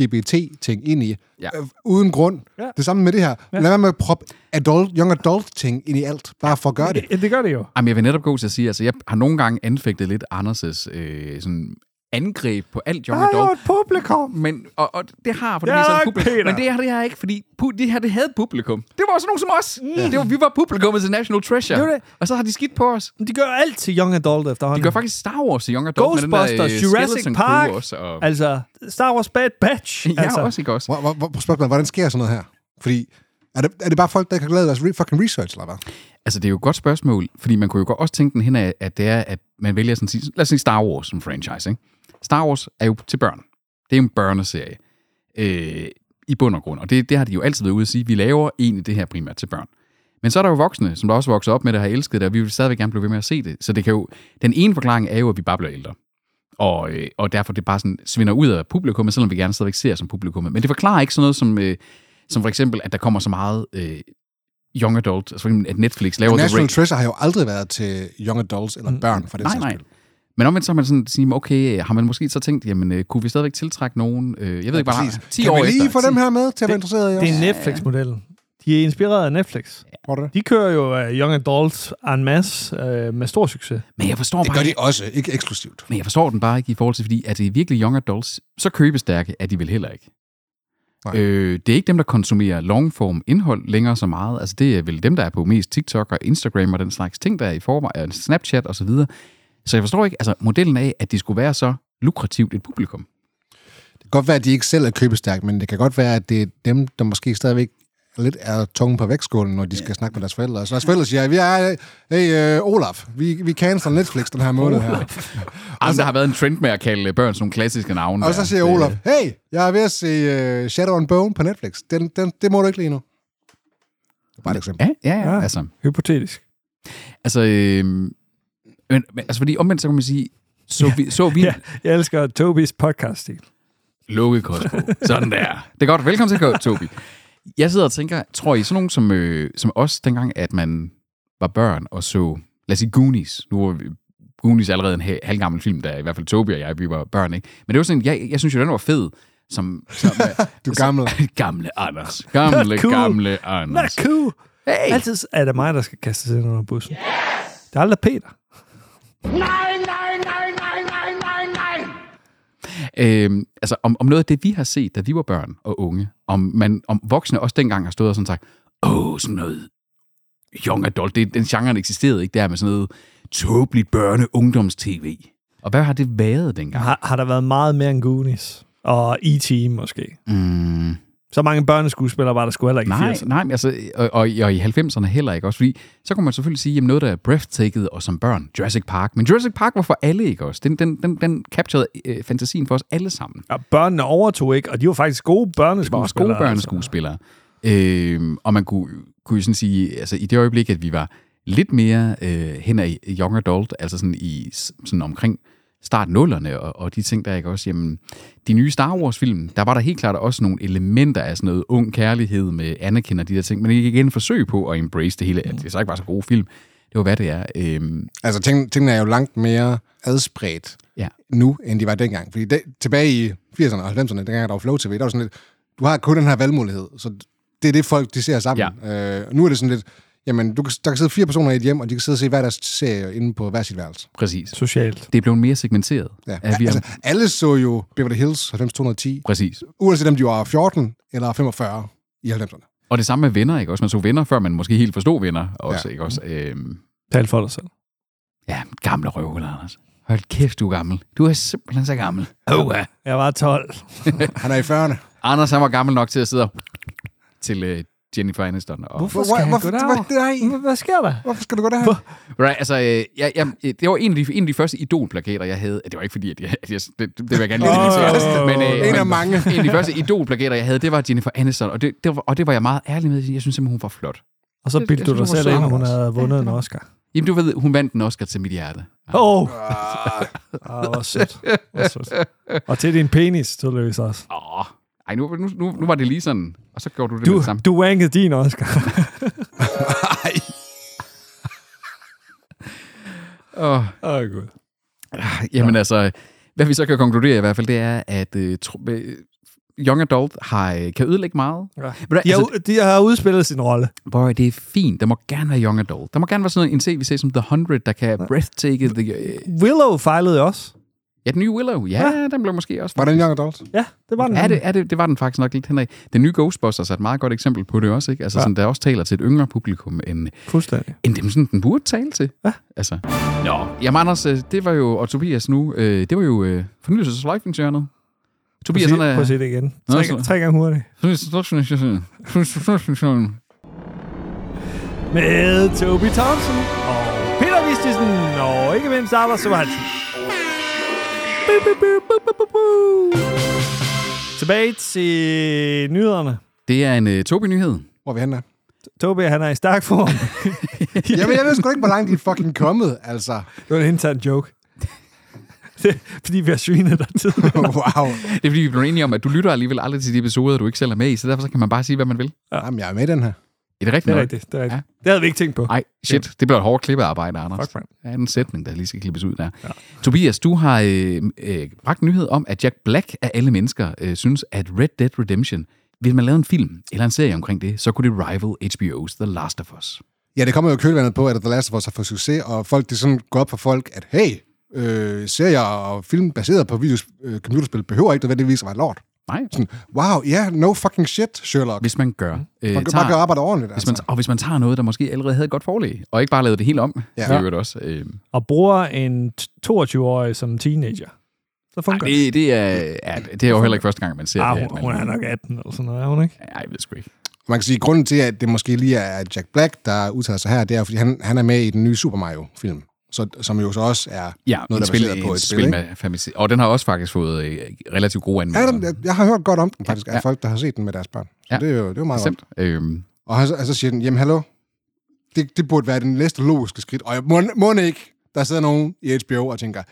Speaker 4: LGBT-ting ind i,
Speaker 2: Ja.
Speaker 4: øh, uden grund.
Speaker 1: Ja.
Speaker 4: Ja. Det samme med det her. Ja. Lad være med at proppe adult, young adult-ting ind i alt, bare for at gøre det.
Speaker 1: Ja, det gør det jo.
Speaker 2: Jamen, jeg vil netop gå til at sige, altså jeg har nogle gange anfægtet lidt Anders' øh, sådan angreb på alt Young Adult.
Speaker 1: et publikum.
Speaker 2: Men, og, og det har for det
Speaker 1: Jeg
Speaker 2: meste
Speaker 1: er
Speaker 2: et
Speaker 1: ikke
Speaker 2: publikum.
Speaker 1: Peter.
Speaker 2: Men det her, det her ikke, fordi pu- det her, det havde publikum. Det var også nogen som os. Det var, vi var publikummet til National Treasure.
Speaker 1: Det var det.
Speaker 2: Og så har de skidt på os.
Speaker 1: De gør alt til Young Adult efterhånden.
Speaker 2: De gør faktisk Star Wars til Young Adult.
Speaker 1: Ghostbusters,
Speaker 2: øh,
Speaker 1: Jurassic
Speaker 2: Skeleton Crew
Speaker 1: Park,
Speaker 2: Også, og, altså,
Speaker 1: altså Star Wars Bad Batch.
Speaker 2: ja,
Speaker 1: altså,
Speaker 2: også, ikke også?
Speaker 4: Hvor, hvor, hvor, spørg mig, hvordan sker sådan noget her? Fordi er det, er det bare folk, der ikke har lavet deres re- fucking research, eller hvad?
Speaker 2: Altså, det er jo et godt spørgsmål, fordi man kunne jo godt også tænke den hen af, at det er, at man vælger sådan sige, lad os sige Star Wars som franchise, ikke? Star Wars er jo til børn. Det er jo en børneserie. Øh, I bund og grund. Og det, det har de jo altid været ude at sige, vi laver egentlig det her primært til børn. Men så er der jo voksne, som der også vokser op med det, har elsket det, og vi vil stadigvæk gerne blive ved med at se det. Så det kan jo, den ene forklaring er jo, at vi bare bliver ældre. Og, øh, og derfor det bare sådan svinder ud af publikummet, selvom vi gerne stadigvæk ser som publikummet. Men det forklarer ikke sådan noget som, øh, som for eksempel, at der kommer så meget øh, young adult, altså for eksempel, at Netflix laver The
Speaker 4: National
Speaker 2: Raid.
Speaker 4: Treasure har jo aldrig været til young adults eller børn, for den
Speaker 2: Nej,
Speaker 4: sags
Speaker 2: nej.
Speaker 4: skyld.
Speaker 2: Men omvendt så har man sådan sige, okay, har man måske så tænkt, jamen øh, kunne vi stadigvæk tiltrække nogen, øh, jeg ved ikke, bare
Speaker 4: Præcis.
Speaker 2: 10
Speaker 4: kan
Speaker 2: år
Speaker 4: vi lige
Speaker 2: efter.
Speaker 4: få dem her med til at være interesseret i os?
Speaker 1: Det er Netflix-modellen. De er inspireret af Netflix.
Speaker 4: Tror du det?
Speaker 1: De kører jo uh, Young Adult en masse uh, med stor succes.
Speaker 2: Men jeg forstår
Speaker 4: Det
Speaker 2: bare
Speaker 4: gør de også, ikke eksklusivt.
Speaker 2: Men jeg forstår den bare ikke i forhold til, fordi at det er virkelig young adults, så købestærke er de vel heller ikke.
Speaker 4: Nej.
Speaker 2: Øh, det er ikke dem, der konsumerer longform indhold længere så meget. Altså det er vel dem, der er på mest TikTok og Instagram og den slags ting, der er i forvejen, og Snapchat og så videre. Så jeg forstår ikke, altså modellen af, at de skulle være så lukrativt et publikum.
Speaker 4: Det kan godt være, at de ikke selv er købestærke, men det kan godt være, at det er dem, der måske stadigvæk lidt er tunge på vægtskålen, når de skal snakke med deres forældre. Så deres forældre siger, vi er, hey, uh, Olaf, vi, vi canceler Netflix den her måned her.
Speaker 2: Altså, der har været en trend med at kalde børn sådan nogle klassiske navne.
Speaker 4: Og så
Speaker 2: der.
Speaker 4: siger
Speaker 2: Det-
Speaker 4: Olaf, hey, jeg er ved at se uh, Shadow and Bone på Netflix. Den, den, det må du ikke lige nu. Det er bare et eksempel.
Speaker 2: Ja, ja, ja.
Speaker 1: Ja.
Speaker 2: ja. Altså,
Speaker 1: Hypotetisk.
Speaker 2: altså, øh, men, men, altså, fordi omvendt så kan man sige, så vi, så vi
Speaker 1: Ja, jeg elsker Tobis podcast-stil.
Speaker 2: Lukket kostbog. Sådan der. Det er godt. Velkommen til, Ko- Tobi. Jeg sidder og tænker, tror I sådan nogen som, øh, som os, dengang at man var børn og så, lad os sige Goonies. Nu var vi- Goonies er allerede en ha- halvgammel film, der i hvert fald Tobi og jeg, vi var børn, ikke? Men det var sådan, jeg, jeg synes jo, den var fed. Som, som
Speaker 4: Du er gammel.
Speaker 2: gamle Anders. Gamle,
Speaker 1: Not cool.
Speaker 2: cool. gamle
Speaker 1: Not
Speaker 2: Anders.
Speaker 1: cool.
Speaker 2: Hey.
Speaker 1: Altid er det mig, der skal kaste sig ind under bussen. Yes! Det er aldrig Peter.
Speaker 5: Nein, nein, nein, nein, nein, nein, nein!
Speaker 2: Øhm, altså om, om noget af det, vi har set, da vi var børn og unge, om, man, om voksne også dengang har stået og sådan sagt, åh, sådan noget young adult, det, den genre der eksisterede ikke der med sådan noget tåbeligt børne-ungdoms-tv. Og hvad har det været dengang?
Speaker 1: Har, har der været meget mere end Goonies? Og E.T. måske?
Speaker 2: Mm,
Speaker 1: Så mange børneskuespillere var der sgu heller ikke i
Speaker 2: nej,
Speaker 1: 80'erne.
Speaker 2: nej, men altså, og, og, og i 90'erne heller ikke også, fordi så kunne man selvfølgelig sige, jamen noget, der er breathtaket og som børn, Jurassic Park. Men Jurassic Park var for alle, ikke også? Den, den, den, den capturede øh, fantasien for os alle sammen.
Speaker 1: Og børnene overtog ikke, og de var faktisk gode
Speaker 2: Det var også gode altså.
Speaker 1: børneskuespillere. altså.
Speaker 2: børneskuespillere. Øh, og man kunne, kunne jo sådan sige, altså i det øjeblik, at vi var lidt mere øh, hen ad young adult, altså sådan, i, sådan omkring start nullerne og, og de ting, der ikke også, jamen, de nye Star Wars-film, der var der helt klart også nogle elementer af sådan noget ung kærlighed med Anakin og de der ting, men ikke igen forsøg på at embrace det hele, at det så ikke var så gode film. Det var, hvad det er. Øhm,
Speaker 4: Altså, ting, tingene er jo langt mere adspredt
Speaker 2: Ja.
Speaker 4: nu, end de var dengang. Fordi det, tilbage i 80'erne og 90'erne, dengang der var Flow TV, der var sådan lidt, du har kun den her valgmulighed, så det er det, folk de ser sammen. Ja. Øh, nu er det sådan lidt, jamen, du kan, der kan sidde fire personer i et hjem, og de kan sidde og se hver deres serie inde på hver sit værelse.
Speaker 2: præcis.
Speaker 1: Socialt.
Speaker 2: Det er blevet mere segmenteret.
Speaker 4: Ja.
Speaker 2: At vi
Speaker 4: altså,
Speaker 2: altså,
Speaker 4: alle så jo Beverly Hills 90210,
Speaker 2: præcis.
Speaker 4: uanset om de var 14 eller 45 i 90'erne.
Speaker 2: Og det samme med venner, ikke også? Man så venner, før man måske helt forstod venner også, ja. ikke også? Øhm,
Speaker 1: Tal for dig selv.
Speaker 2: ja, gamle røvhuller, Anders. Hold kæft, du er gammel. Du er simpelthen så gammel. Oh, ja.
Speaker 1: Jeg var 12.
Speaker 4: Han er i 40'erne.
Speaker 2: Anders, han var gammel nok til at sidde og... til øh, Jennifer Aniston. Og,
Speaker 1: Hvorfor skal han gå derover?
Speaker 4: nej,
Speaker 1: Hvad- Hvad sker der?
Speaker 4: hvorfor skal du gå derhen?
Speaker 2: Right, altså, øh, jeg, jeg, øh, det var en af, de, en af de første idolplakater, jeg havde. Det var ikke fordi, at jeg, at jeg det, det vil jeg gerne lige
Speaker 1: Åh,
Speaker 2: oh, men,
Speaker 4: en af mange.
Speaker 2: en af de første idolplakater, jeg havde, det var Jennifer Aniston. Og det, det var, og det var jeg meget ærlig med. Jeg synes simpelthen, hun var flot.
Speaker 1: Og så bildte
Speaker 2: Jeg
Speaker 1: du dig
Speaker 2: synes, hun
Speaker 1: selv ind,
Speaker 2: var sød,
Speaker 1: at hun
Speaker 2: Anders.
Speaker 1: havde vundet en Oscar.
Speaker 2: Jamen, du ved, hun vandt en Oscar til mit hjerte.
Speaker 1: Åh, oh. ah, hvor sødt. Hvor sødt. Og til din penis, tydeligvis også.
Speaker 2: Åh, ej, nu, nu, nu, nu var det lige sådan. Og så gjorde du det med
Speaker 1: Du,
Speaker 2: det samme.
Speaker 1: du wankede din Oscar.
Speaker 2: Åh,
Speaker 1: Åh, oh, gud.
Speaker 2: jamen altså, hvad vi så kan konkludere i hvert fald, det er, at øh, tro, øh, Young Adult har, øh, kan ødelægge meget.
Speaker 1: Ja.
Speaker 2: Men,
Speaker 1: De, har, de har udspillet sin rolle.
Speaker 2: Boy, det er fint. Der må gerne være Young Adult. Der må gerne være sådan en CVC som The 100, der kan breathtaking the... Øh,
Speaker 1: Willow fejlede også.
Speaker 2: ja, den nye Willow. Ja, ja, den blev måske også...
Speaker 4: Var det en young adult?
Speaker 1: Ja, det var den.
Speaker 2: Er det, er det, det var den faktisk nok lidt henad. Den nye Ghostbusters er et meget godt eksempel på det også, ikke? Altså, ja. sådan, der også taler til et yngre publikum, end,
Speaker 1: Fuldstændig.
Speaker 2: end dem, sådan, den burde tale til. Ja. Altså. Nå, jamen Anders, øh, det var jo, og Tobias nu, øh, det var jo øh, fornyelses- og sløjfningsjørnet.
Speaker 1: Prøv
Speaker 2: Tobias,
Speaker 1: at
Speaker 2: han
Speaker 1: sige- prøv at
Speaker 2: er...
Speaker 1: sige det igen.
Speaker 2: Nå,
Speaker 1: Tre,
Speaker 2: så-
Speaker 1: tre gange hurtigt. Med Toby Thompson og Peter Vistisen og ikke mindst Anders Søvhansen. Bup, bup, bup, bup, bup, bup, bup. Tilbage til nyhederne.
Speaker 2: Det er en øh, Tobi-nyhed.
Speaker 4: Hvor er vi henne?
Speaker 1: Toby, han er i stærk form.
Speaker 4: Jamen, jeg ved sgu da ikke, hvor langt de er fucking kommet, altså.
Speaker 1: Det var en intern joke. Det, er, fordi vi har svinet dig tidligere.
Speaker 4: Wow.
Speaker 2: Det er fordi, vi blev enige om, at du lytter alligevel aldrig til de episoder, du ikke selv er med i, så derfor så kan man bare sige, hvad man vil.
Speaker 4: Jamen, jeg er med i den her.
Speaker 2: Er det rigtigt?
Speaker 1: Det er
Speaker 2: nok?
Speaker 1: rigtigt. Det, er rigtigt. det havde vi ikke tænkt på.
Speaker 2: Nej, shit, det bliver et hårdt klippearbejde, Anders.
Speaker 1: Fuck, mand.
Speaker 2: Det er en sætning, der lige skal klippes ud der. Ja. Tobias, du har øh, øh, bragt nyhed om, at Jack Black af alle mennesker øh, synes, at Red Dead Redemption, hvis man lavede en film eller en serie omkring det, så kunne det rival HBO's The Last of Us.
Speaker 4: Ja, det kommer jo i kølvandet på, at The Last of Us har fået succes, og folk, det sådan går op for folk, at hey, øh, serier og film baseret på videos, øh, computerspil behøver ikke nødvendigvis at være lort.
Speaker 2: Nej,
Speaker 4: Wow, ja, yeah, no fucking shit, Sherlock.
Speaker 2: hvis man gør. Øh,
Speaker 4: Man kan bare gøre arbejde ordentligt,
Speaker 2: hvis man,
Speaker 4: altså.
Speaker 2: og hvis man tager noget, der måske allerede havde et godt forlæg, og ikke bare lavede det helt om,
Speaker 4: Ja.
Speaker 2: ja. det også. Øh,
Speaker 1: Og bruger en t- 22-årig som teenager. Så
Speaker 2: ej,
Speaker 1: fungerer det.
Speaker 2: det, det, er, ja, det er jo heller ikke første gang, man ser
Speaker 1: Ah,
Speaker 2: det.
Speaker 1: hun,
Speaker 2: at man-
Speaker 1: hun er nok 18 eller sådan noget, er hun ikke?
Speaker 2: Ja, jeg ved sgu ikke.
Speaker 4: Man kan sige, at grunden til, at det måske lige er Jack Black, der udtaler sig her, det er, fordi han, han er med i den nye Super Mario-film, så, som jo så også er
Speaker 2: Ja,
Speaker 4: noget, der er baseret på et spil, ikke?
Speaker 2: med familie. Og den har også faktisk fået øh, relativt gode
Speaker 4: Ja,
Speaker 2: anmeldelser.
Speaker 4: den, jeg, jeg har hørt godt om den faktisk, af
Speaker 2: Ja.
Speaker 4: ja. folk, der har set den med deres børn. Så
Speaker 2: Ja.
Speaker 4: ja. det, er jo, det er jo meget godt.
Speaker 2: Bestemt. Øhm,
Speaker 4: Og han, så- og så siger den, jamen hallo, det, det burde være den næste logiske skridt. Og jeg må, må den ikke, der sidder nogen i HBO og tænker,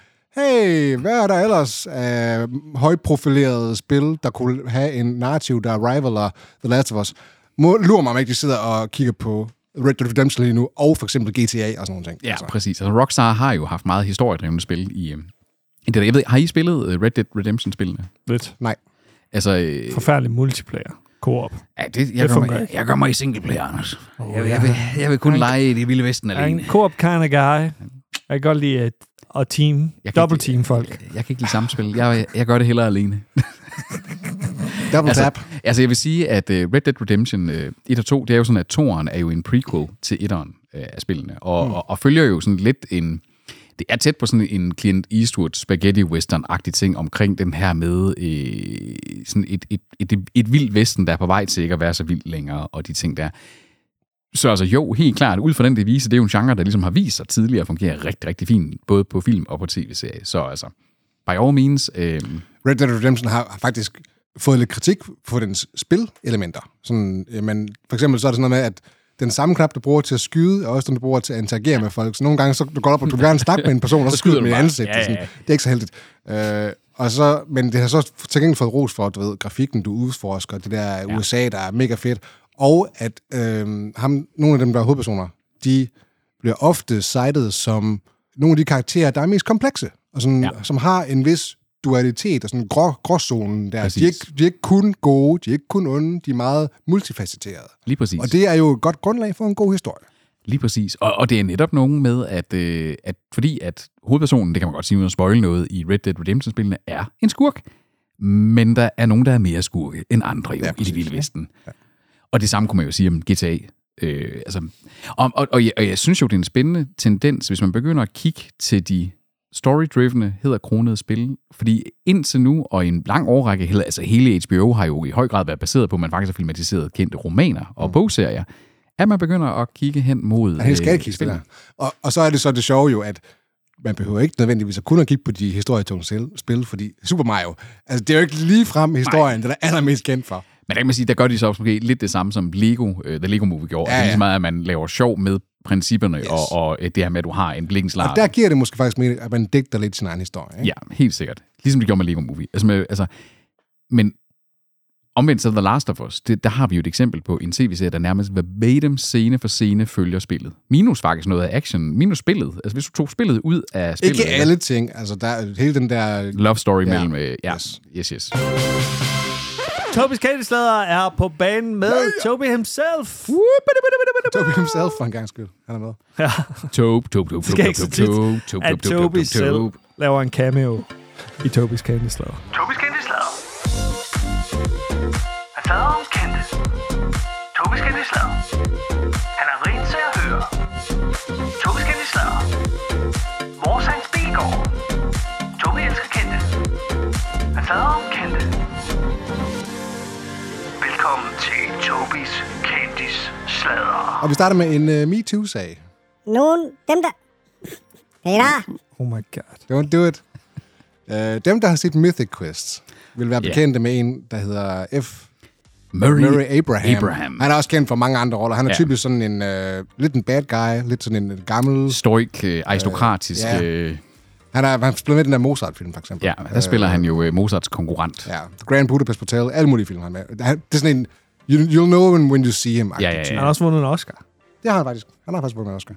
Speaker 4: hey, hvad er der ellers af højprofilerede spil, der kunne have en narrativ, der rivaler The Last of Us? Må, lurer mig, om ikke de sidder og kigger på Red Dead Redemption lige nu, og for eksempel GTA og sådan nogle ting.
Speaker 2: ja, præcis. Altså, Rockstar har jo haft meget historiedrevne spil i... øhm, i det der. Jeg ved, har I spillet øh, Red Dead Redemption-spillene?
Speaker 1: Lidt.
Speaker 4: Nej.
Speaker 2: Altså, øh,
Speaker 1: Forfærdelig multiplayer. Co-op.
Speaker 2: ja, det, jeg, gør
Speaker 1: fungerer
Speaker 2: mig,
Speaker 1: ikke.
Speaker 2: jeg gør mig i singleplayer, Anders. jeg, vil, jeg, vil, jeg vil kun lege i det vilde vesten
Speaker 1: Jeg er en
Speaker 2: alene.
Speaker 1: co-op kind of guy. Jeg kan godt lide at, at team.
Speaker 2: Jeg kan
Speaker 1: Double
Speaker 2: ikke-
Speaker 1: team folk.
Speaker 2: Jeg kan ikke lide samspil. Jeg, jeg gør det hellere alene.
Speaker 4: Double
Speaker 2: Altså,
Speaker 4: altså, tap.
Speaker 2: altså jeg vil sige, at uh, Red Dead Redemption uh, 1 og 2, det er jo sådan, at 2'eren er jo en prequel til 1'eren uh, af spillene, og, mm. og, og følger jo sådan lidt en... Det er tæt på sådan en Clint Eastwood spaghetti western-agtig ting omkring den her med øh, sådan et, et, et, et vildt vesten, der er på vej til ikke at være så vildt længere, og de ting der. Så altså jo, helt klart, ud fra den devise, det er jo en genre, der ligesom har vist sig tidligere at fungere rigtig, rigtig fint, både på film og på tv-serie. Så altså, by all means, øh,
Speaker 4: Red Dead Redemption har har faktisk fået lidt kritik på dens spilelementer. Sådan, øh, men for eksempel så er det sådan noget med, at den samme knap, du bruger til at skyde, og også den, du bruger til at interagere med folk. Så nogle gange, så du går op, og du vil gerne snakke med en person, og så skyder du
Speaker 2: skyder
Speaker 4: med i
Speaker 2: du bare.
Speaker 4: ansigt.
Speaker 2: Ja,
Speaker 4: Ja, ja.
Speaker 2: ja, ja.
Speaker 4: Det er ikke så heldigt. Øh, og så, men det har så til gengæld fået ros for, du ved, grafikken, du udforsker, det der ja. USA, der er mega fedt, og at øh, ham, nogle af dem, der er hovedpersoner, de bliver ofte citet som nogle af de karakterer, der er mest komplekse, og sådan, ja. som har en vis dualitet og sådan grå, gråzonen der. De
Speaker 2: Præcis.
Speaker 4: er, ikke, de er ikke kun gode, de er ikke kun onde, de er meget multifacetterede.
Speaker 2: Lige præcis.
Speaker 4: Og det er jo et godt grundlag for en god historie.
Speaker 2: Lige præcis. Og, og det er netop nogen med, at, øh, at fordi at hovedpersonen, det kan man godt sige uden at spoil noget, i Red Dead Redemption-spillene er en skurk. Men der er nogen, der er mere skurke end andre jo, ja, i det vilde vesten. Ja. Og det samme kunne man jo sige om GTA. Øh, altså, og, og, og, jeg, og jeg synes jo, det er en spændende tendens, hvis man begynder at kigge til de story-drivende, hedder kronede spil. Fordi indtil nu, og i en lang årrække, hele- altså hele HBO har jo i høj grad været baseret på, at man faktisk har filmatiseret kendte romaner og bogserier, at man begynder at kige hen mod... øh,
Speaker 4: Han er en skattekiste der. Og, og så er det så det sjove jo, at man behøver ikke nødvendigvis at kun at kigge på de historietunge sel- spil, fordi Super Mario, altså det er jo ikke ligefrem historien, den er allermest kendt for.
Speaker 2: Men der kan man sige, der gør de så også måske lidt det samme som Lego, uh, The Lego Movie gjorde. Ja,
Speaker 4: Ja,
Speaker 2: ja. Det er lige så
Speaker 4: ja.
Speaker 2: meget, at man laver sjov med principperne, yes.
Speaker 4: Yes.
Speaker 2: og, og øh, det her med, at du har en
Speaker 4: Og
Speaker 2: blikkenslager.
Speaker 4: der giver det måske faktisk mening, at man digter lidt sin egen historie. Ikke?
Speaker 2: Ja, helt sikkert. Ligesom de gjorde med Lego Movie. Altså, med, altså, men omvendt så The Last of Us, det, der har vi jo et eksempel på en tv-serie, der nærmest verbatim scene for scene følger spillet. Minus faktisk noget af action, minus spillet. Altså hvis du tog spillet ud af spillet.
Speaker 4: Ikke alle ting, altså der er hele den der...
Speaker 2: Love story ja.
Speaker 4: Ja.
Speaker 2: mellem... øh, Ja, yes.
Speaker 4: Yes.
Speaker 2: yes, yes.
Speaker 5: Tobis Kædeslader er på banen med Toby himself.
Speaker 4: Toby himself for en gang skyld, han er med.
Speaker 2: Tobe, tobe, tobe,
Speaker 5: Det er
Speaker 2: tobe,
Speaker 5: ikke så
Speaker 2: tobe,
Speaker 5: tit,
Speaker 2: tobe, tobe,
Speaker 5: at
Speaker 2: tobe, tobe,
Speaker 5: Toby selv
Speaker 2: tobe.
Speaker 5: laver en cameo i Tobis Kædeslader.
Speaker 6: Tobis kendte slader. Han fader om kendte. Tobis kendte slader. Han er rent til at høre. Tobis kendte slader. Vores hans bilgård. Tobi elsker kendte. Han fader om kendte. Velkommen til Tobis Kendis Slader.
Speaker 4: Og vi starter med en uh, MeToo-sag.
Speaker 7: Nogen, dem der... Peter,
Speaker 5: Oh my god.
Speaker 4: Don't do it. Uh, dem, der har set Mythic Quest, vil være
Speaker 2: Ja.
Speaker 4: bekendte med en, der hedder F.
Speaker 2: Murray,
Speaker 4: Murray Abraham.
Speaker 2: Abraham.
Speaker 4: Han er også kendt for mange andre roller. Han er
Speaker 2: Ja.
Speaker 4: ja. typisk sådan en, øh, lidt en bad guy, lidt sådan en øh, gammel...
Speaker 2: Stoik, øh, aristokratisk...
Speaker 4: ja.
Speaker 2: Øh,
Speaker 4: Han er, han spiller med i den der Mozart-film, for eksempel.
Speaker 2: ja, der spiller han jo øh, Mozarts konkurrent.
Speaker 4: Ja, The Grand Budapest Hotel, alle mulige film, han er med. Han, det er sådan en, you, you'll know him when you see him.
Speaker 2: Ja, ja,
Speaker 5: Han
Speaker 2: ja.
Speaker 5: har også vundet en Oscar.
Speaker 4: Det har han faktisk. Han har faktisk vundet en Oscar.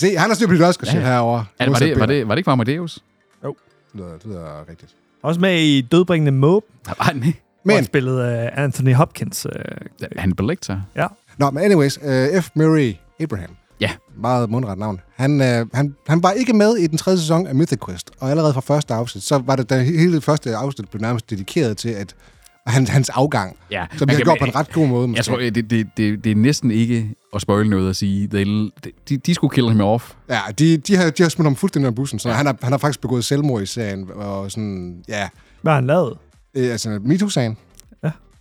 Speaker 4: Se, han har styr på dit Oscar-shit
Speaker 2: Ja,
Speaker 4: ja,
Speaker 2: ja.
Speaker 4: ja. herovre.
Speaker 2: Er det, var, det, var, det, var det ikke for Amadeus?
Speaker 4: Det lyder, det lyder rigtigt.
Speaker 5: Også med i Dødbringende Måb,
Speaker 2: Der var han,
Speaker 5: Men. hvor
Speaker 4: Men,
Speaker 5: spillet uh, Anthony Hopkins.
Speaker 1: øh,
Speaker 5: Uh,
Speaker 2: han belægte sig.
Speaker 5: ja.
Speaker 4: Nå, men anyways, uh, F. Murray Abraham.
Speaker 2: Ja.
Speaker 4: Meget mundret navn. Han, øh, han, han var ikke med i den tredje sæson af Mythic Quest, og allerede fra første afsnit, så var det, da hele første afsnit blev nærmest dedikeret til, at hans, hans afgang.
Speaker 2: Ja,
Speaker 4: Så vi
Speaker 2: man
Speaker 4: har
Speaker 2: kan-
Speaker 4: gjort på en ret god måde, måske.
Speaker 2: Jeg tror, øh, det, det, det, det er næsten ikke at spoil noget at sige. They, de, de skulle kill him off.
Speaker 4: Ja, de, de, har, de har smidt ham fuldstændig under bussen, så ja. han, har, han har faktisk begået selvmord i serien, og sådan, ja,
Speaker 5: Hvad har han lavet?
Speaker 4: øh, altså MeToo-sagen.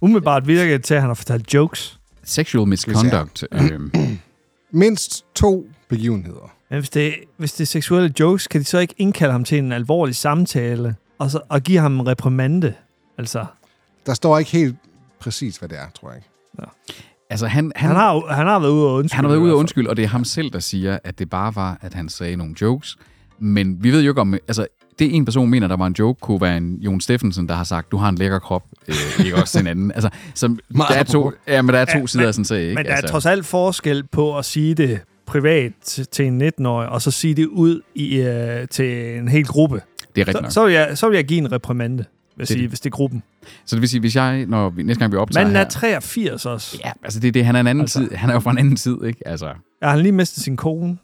Speaker 5: Umiddelbart virker det til, at han har fortalt jokes.
Speaker 2: Sexual misconduct. øhm,
Speaker 4: Mindst to begivenheder.
Speaker 5: Men hvis det, hvis det er seksuelle jokes, kan de så ikke indkalde ham til en alvorlig samtale og, så, og give ham en reprimande? Altså,
Speaker 4: Der står ikke helt præcis, hvad det er, tror jeg ikke.
Speaker 2: altså, han, han,
Speaker 5: han har, jo- han har været ude og undskylde. altså.
Speaker 2: han har været ude
Speaker 5: i
Speaker 2: og
Speaker 5: hvert fald.
Speaker 2: undskylde, og det er ham selv, der siger, at det bare var, at han sagde nogle jokes. Men vi ved jo ikke om... Altså, det en person mener, der var en joke, kunne være en Jon Steffensen, der har sagt, du har en lækker krop, øh, ikke også til en anden. Altså, som, der er to, ja, men der er to ja, sider af sådan en sag, ikke?
Speaker 5: Men der er
Speaker 2: altså,
Speaker 5: trods alt forskel på at sige det privat til- til en 19-årig, og så sige det ud i, øh, til en hel gruppe.
Speaker 2: det er rigtigt
Speaker 5: Så,
Speaker 2: nok.
Speaker 5: så, vil jeg, så vil jeg give en reprimande, hvis,
Speaker 2: Det er
Speaker 5: det, I,
Speaker 2: det.
Speaker 5: hvis det er gruppen.
Speaker 2: Så det vil sige, hvis jeg, når vi, næste gang vi optager
Speaker 5: Manden er
Speaker 2: her-
Speaker 5: 83 også.
Speaker 2: Ja, altså det er det, han er en anden altså.
Speaker 5: Altså.
Speaker 2: tid. Han er jo fra en anden tid, ikke? Altså,
Speaker 5: Ja. Han har lige mistet sin kone.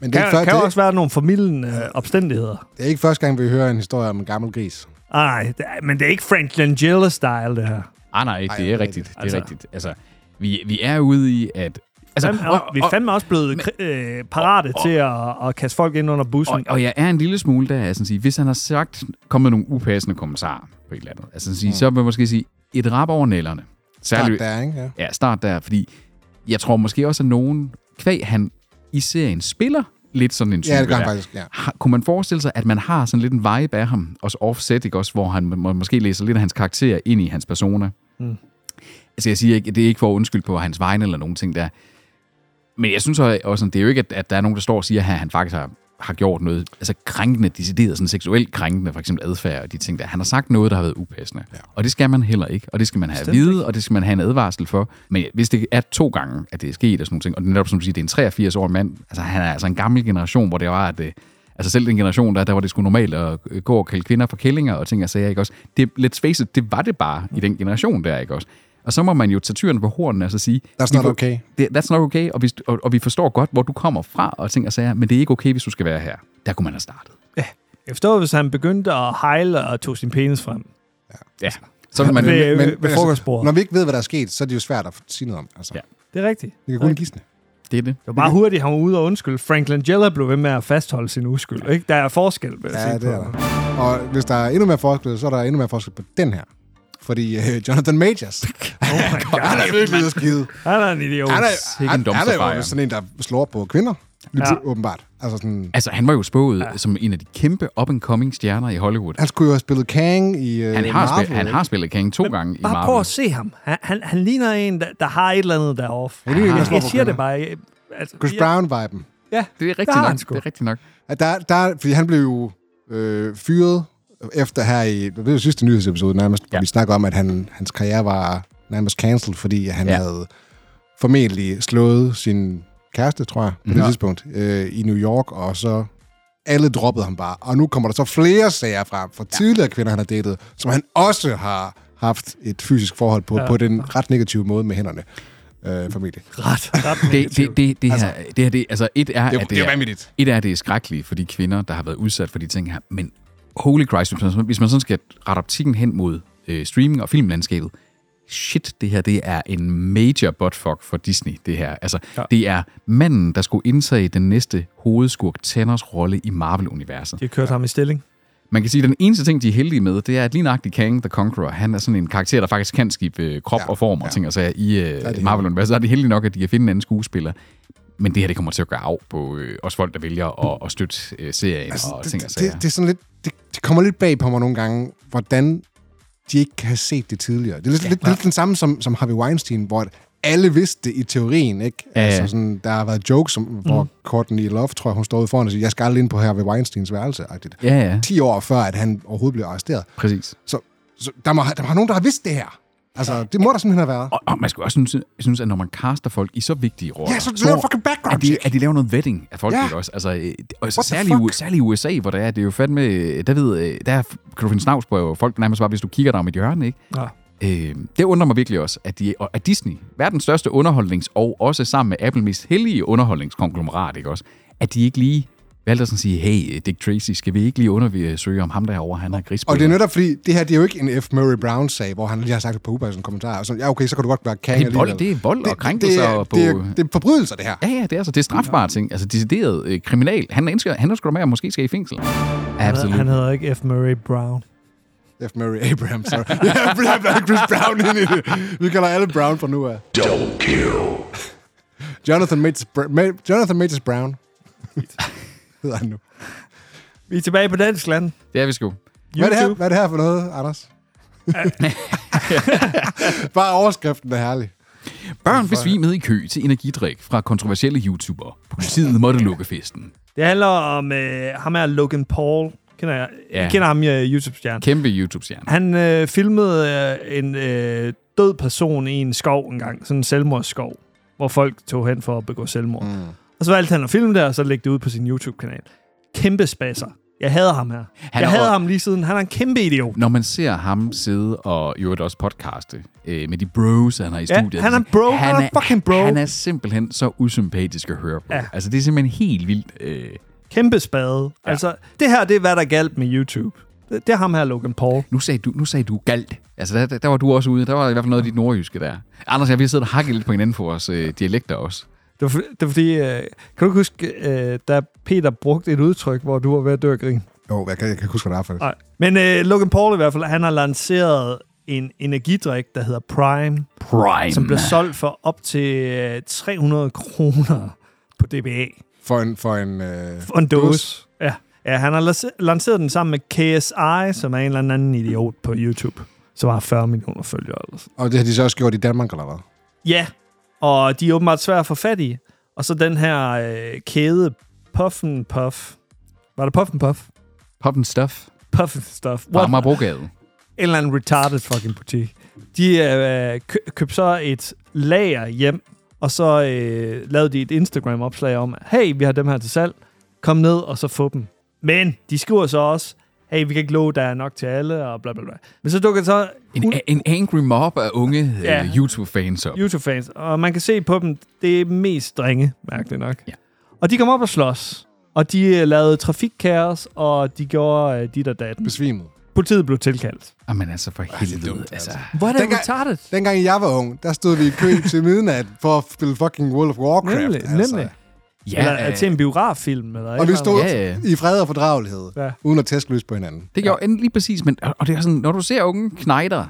Speaker 4: Men det
Speaker 5: Det
Speaker 4: er, ikke
Speaker 5: kan,
Speaker 4: før,
Speaker 5: kan
Speaker 4: det, er-
Speaker 5: også være nogle formidlende øh, omstændigheder.
Speaker 4: det er ikke første gang, vi hører en historie om en gammel gris.
Speaker 5: Nej, men det er ikke Frank Langella-style, det her.
Speaker 2: ah nej, det er
Speaker 4: det er
Speaker 2: rigtigt. Det er
Speaker 5: Altså.
Speaker 2: rigtigt. Altså, vi, vi er ude i, at... Altså,
Speaker 5: Fandme, og, vi er fandme også blevet kri- øh, parate til at, at kaste folk ind under bussen.
Speaker 2: og, og jeg er en lille smule der, jeg sådan sige, hvis han har sagt, kommet nogle upassende kommentarer på et eller andet, altså sådan sige, mm. så vil jeg måske sige, et rap over nælderne.
Speaker 4: Start
Speaker 2: Særligt,
Speaker 4: der, ikke? Ja.
Speaker 2: Ja, start der, fordi jeg tror måske også, at nogen, kvæg han i serien spiller lidt sådan en type
Speaker 4: Ja, det gør han
Speaker 2: der.
Speaker 4: faktisk, ja.
Speaker 2: Har, kunne man forestille sig, at man har sådan lidt en vibe af ham, også offset, ikke? Også, hvor han må, måske læser lidt af hans karakter ind i hans persona? Mm. Altså, jeg siger ikke, det er ikke for at undskylde på hans vegne eller nogen ting der. Men jeg synes så også, at det er jo ikke, at, at der er nogen, der står og siger, at han faktisk har, har gjort noget altså krænkende, decideret sådan seksuelt krænkende, for eksempel adfærd og de ting der. Han har sagt noget, der har været upassende. Ja. Og det skal man heller ikke, og det skal man have at vide, og det skal man have en advarsel for. Men hvis det er to gange, at det er sket og sådan nogle ting, og netop som du siger, det er en 83-årig mand, altså han er altså en gammel generation, hvor det var, at øh, Altså selv den generation, der, der var det sgu normalt at øh, gå og kalde kvinder for kællinger og ting og sager, ikke også? Det, let's face it, det var det bare i den generation der, ikke også? Og så må man jo tage tyren på hornene og så sige...
Speaker 4: That's
Speaker 2: vi
Speaker 4: not
Speaker 2: får-
Speaker 4: okay.
Speaker 2: det, that's not okay, og vi, og, og vi forstår godt, hvor du kommer fra og ting og sager, men det er ikke okay, hvis du skal være her. Der kunne man have startet.
Speaker 5: Jeg forstår, hvis han begyndte at hejle og tog sin penis frem.
Speaker 2: Ja. Så vil man...
Speaker 5: Ved-
Speaker 4: Men-
Speaker 5: ved frokostbordet.
Speaker 4: Altså, når vi ikke ved, hvad der er sket, så er det jo svært at sige noget om. Altså,
Speaker 2: Ja.
Speaker 4: ja.
Speaker 5: Det er rigtigt.
Speaker 4: Vi kan kun gisne.
Speaker 2: Det er det.
Speaker 5: Det var bare hurtigt, han var ude og undskylde. Frank Langella blev ved med at fastholde sin uskyld. Ikke? Der er forskel, vil jeg
Speaker 4: Ja,
Speaker 5: sige
Speaker 4: det er
Speaker 5: på.
Speaker 4: der. Og hvis der er endnu mere forskel, så er der endnu mere forskel på den her. Fordi øh, Jonathan Majors,
Speaker 5: Oh my
Speaker 4: han
Speaker 5: God.
Speaker 4: er virkelig ude at skide.
Speaker 5: Han er en idiot.
Speaker 4: Han er,
Speaker 2: ikke en
Speaker 4: han, han er
Speaker 2: dumpsterfire.
Speaker 4: jo sådan en, der slår på kvinder.
Speaker 5: Ja.
Speaker 4: Ja. Åbenbart. Altså sådan,
Speaker 2: Altså, han var jo spået ja. som en af de kæmpe up-and-coming stjerner i Hollywood.
Speaker 4: han skulle jo have spillet Kang i øh,
Speaker 2: Han har,
Speaker 4: Marvel.
Speaker 2: spil, han har spillet Kang to gange i
Speaker 5: Bare prøv at
Speaker 2: Marvel.
Speaker 5: se ham. Han, han, han ligner en, der, der har et eller andet der off.
Speaker 4: det er jo ikke, jeg
Speaker 5: jeg, jeg
Speaker 4: tror på
Speaker 5: siger det
Speaker 4: kvinder.
Speaker 5: bare. Jeg, altså,
Speaker 4: Chris
Speaker 5: jeg,
Speaker 4: Brown-viben.
Speaker 5: ja,
Speaker 2: Det er
Speaker 5: Der
Speaker 2: rigtigt
Speaker 5: har
Speaker 2: nok.
Speaker 5: han sgu.
Speaker 2: Det er rigtigt nok.
Speaker 4: At Der, der, fordi han blev jo øh, fyret efter her i... Det var jo sidste nyhedsepisode nærmest,
Speaker 2: Ja.
Speaker 4: ja. vi snakker om, at han, hans karriere var nærmest cancelled, fordi han
Speaker 2: Ja.
Speaker 4: ja. havde formentlig slået sin kæreste, tror jeg, på det tidspunkt, øh, i New York, og så alle droppede ham bare. Og nu kommer der så flere sager frem fra tidligere kvinder, han har datet, som han også har haft et fysisk forhold på, ja. på den ret negative måde med hænderne, øh, familie.
Speaker 5: ret. ret
Speaker 2: Det, det, det, det, her, det her, det, altså et er,
Speaker 4: Det er-
Speaker 2: at
Speaker 4: det er
Speaker 2: er,
Speaker 4: vanvittigt.
Speaker 2: et er, at det er skrækkeligt for de kvinder, der har været udsat for de ting her, men holy Christ, hvis man, hvis man sådan skal rette optikken hen mod øh, streaming og filmlandskabet, shit, det her, det er en major buttfuck for Disney, det her. Altså, ja. det er manden, der skulle indtage den næste hovedskurk Tanners rolle i Marvel-universet.
Speaker 5: De har kørt ham i stilling.
Speaker 2: Man kan sige, at den eneste ting, de er heldige med, det er, at lige nøjagtig Kang the Conqueror, han er sådan en karakter, der faktisk kan skifte øh, krop ja,
Speaker 4: Ja,
Speaker 2: og form og ja.
Speaker 4: ja.
Speaker 2: ting og sager i øh,
Speaker 4: heldige.
Speaker 2: Marvel-universet. Så er det heldige nok, at de kan finde en anden skuespiller. Men det her, det kommer til at gøre af på øh, os folk, der vælger at, at støtte øh, serien altså, og
Speaker 4: det,
Speaker 2: ting og
Speaker 4: det,
Speaker 2: sager.
Speaker 4: det, det er sådan lidt, det, det kommer lidt bag på mig nogle gange, hvordan de ikke kan have set det tidligere. Det er lidt, ja, lidt, lidt den samme som, som Harvey Weinstein, hvor alle vidste det i teorien, ikke?
Speaker 2: Ja,
Speaker 4: Ja,
Speaker 2: ja.
Speaker 4: altså sådan, der har været jokes, som, hvor mm. Courtney Love, tror jeg, hun stod foran og siger, jeg skal aldrig ind på Harvey Weinsteins værelse, -agtigt.
Speaker 2: Ja, ja,
Speaker 4: 10 år før, at han overhovedet blev arresteret.
Speaker 2: præcis.
Speaker 4: Så, så der, må, der må have nogen, der har vidst det her. Altså, det må der simpelthen have været.
Speaker 2: Og, og man skal også synes, synes, at når man caster folk i så vigtige roller...
Speaker 4: Ja, så laver
Speaker 2: store-
Speaker 4: fucking background
Speaker 2: at de,
Speaker 4: check.
Speaker 2: at de laver noget vetting af folk,
Speaker 4: Ja.
Speaker 2: ja. ikke også? Altså, øh, det- og
Speaker 4: the
Speaker 2: særligt, i
Speaker 4: fuck?
Speaker 2: U- særligt i USA, hvor der er, det er jo fandme... øh, Der, ved, øh, der kan du finde snavs på folk nærmest bare, hvis du kigger dig om et hjørne, ikke?
Speaker 5: Ja.
Speaker 2: Øh, det undrer mig virkelig også, at, de, og at Disney, verdens største underholdnings- og også sammen med Apple mest hellige underholdningskonglomerat, ikke også, at de ikke lige valgte at sådan sige, hey, Dick Tracy, skal vi ikke lige undersøge om ham derovre, han har grisbøller?
Speaker 4: Og det er netop fordi, det her det er jo ikke en F. Murray Brown-sag, hvor han lige har sagt et par upassende kommentarer. Og sådan, ja, okay, så kan du godt være kang
Speaker 2: Det er vold,
Speaker 4: alligevel.
Speaker 2: det er vold og
Speaker 4: Det- det-
Speaker 2: krænkelser
Speaker 4: det, er-
Speaker 2: og på-
Speaker 4: Det er, det er forbrydelser, det her.
Speaker 2: Ja, ja, det er altså, det er strafbare ting. Altså, decideret øh, kriminal. Han ønsker, han ønsker med, at måske skal i fængsel. Absolut.
Speaker 5: Han, han hedder ikke F. Murray Brown.
Speaker 4: F. Murray Abraham, sorry. Jeg bliver bare Chris Brown ind i det. Vi kalder alle Brown fra nu af. Double kill. Jonathan Mates, Br- Ma- Jonathan Mates Brown. Hedder han nu.
Speaker 5: Vi er tilbage på dansk land.
Speaker 2: Det er vi sgu.
Speaker 4: Hvad er, det her,
Speaker 5: YouTube.
Speaker 4: hvad er det her for noget, Anders? bare overskriften er herlig.
Speaker 2: Børn besvimede i kø til energidrik fra kontroversielle YouTubere. Politiet måtte lukke festen.
Speaker 5: Det handler om øh, ham her Logan Paul. Kender jeg?
Speaker 2: Ja.
Speaker 5: Ja. kender ham, jeg YouTube-stjerne.
Speaker 2: Kæmpe YouTube-stjerne.
Speaker 5: Han øh, filmede øh, en øh, død person i en skov engang. Sådan en selvmordsskov, hvor folk tog hen for at begå selvmord. Mm. Og så valgte han at filme det, og så lægge det ud på sin YouTube-kanal. Kæmpe spasser. Jeg hader ham her. Han
Speaker 2: er
Speaker 5: jeg hader
Speaker 2: også-
Speaker 5: ham lige siden. Han er en kæmpe idiot.
Speaker 2: når man ser ham sidde og i øvrigt også podcaste øh, med de bros, han har i
Speaker 5: Ja,
Speaker 2: studiet.
Speaker 5: han er en bro. Han er fucking bro.
Speaker 2: Han er simpelthen så usympatisk at høre på. Ja.
Speaker 5: Ja.
Speaker 2: Altså, det er simpelthen helt vildt. Øh,
Speaker 5: Kæmpe spade. Ja. Altså, det her, det er hvad der er galt med YouTube. Det, det er ham her, Logan Paul.
Speaker 2: nu, sagde du, nu sagde du galt. Altså, der, der, der var du også ude. Der var i hvert fald noget af dit nordjyske der. Anders, jeg vil sidde og hakke lidt på hinanden for vores øh, dialekter også.
Speaker 5: Det var, for- det var fordi, øh, kan du ikke huske, øh, da Peter brugte et udtryk, hvor du var ved at dø af grin?
Speaker 4: Jo, jeg kan, jeg kan ikke huske, hvad det er for det.
Speaker 5: Nej. Men øh, Logan Paul i hvert fald, han har lanceret en energidrik, der hedder Prime,
Speaker 2: Prime.
Speaker 5: som bliver solgt for op til øh, 300 kroner på DBA.
Speaker 4: for en... For en øh,
Speaker 5: Og en dåse. Ja. ja, han har las- lanceret den sammen med KSI, som er en eller anden idiot på YouTube, som har 40 millioner følgere. Eller sådan.
Speaker 4: og det har de så også gjort i Danmark, eller hvad?
Speaker 5: Ja, og de er åbenbart svære at få fat i. Og så den her øh, kæde Puffen Puff. Var det Puffen Puff?
Speaker 2: Pop and stuff.
Speaker 5: Puffen Stuff.
Speaker 2: På Amagerbrogade.
Speaker 5: en eller anden retarded fucking butik. De øh, kø- købte så et lager hjem, og så øh, lavede de et Instagram-opslag om, hey, vi har dem her til salg, kom ned og så få dem. Men de skriver så også, hey, vi kan ikke love, der er nok til alle, og bla bla bla. Men så dukker så
Speaker 2: En, en angry mob af unge
Speaker 5: Ja.
Speaker 2: ja. YouTube-fans op.
Speaker 5: YouTube-fans, og man kan se på dem, det er mest drenge, mærkeligt nok.
Speaker 2: Ja.
Speaker 5: Og de kom op og slås, og de øh, lavede trafikkaos, og de gjorde øh, dit og datten.
Speaker 4: Besvimet.
Speaker 5: Politiet blev tilkaldt.
Speaker 2: Jamen altså, for helvede.
Speaker 4: dumt,
Speaker 2: Altså.
Speaker 5: Hvor er det
Speaker 4: Dengang-
Speaker 5: retarded?
Speaker 4: Dengang jeg var ung, der stod vi i kø til midnat for at spille fucking World of Warcraft. altså.
Speaker 5: Nemlig, nemlig. Ja,
Speaker 2: Ja,
Speaker 5: eller øh, til en biograffilm. Eller et
Speaker 4: Og vi
Speaker 5: eller
Speaker 4: stod
Speaker 5: andet.
Speaker 2: Ja, ja.
Speaker 4: i fred og fordragelighed,
Speaker 5: Ja.
Speaker 4: ja. uden at tæske løs på hinanden.
Speaker 2: Det gjorde ja. lige præcis, men, og og det er sådan, når du ser unge knejder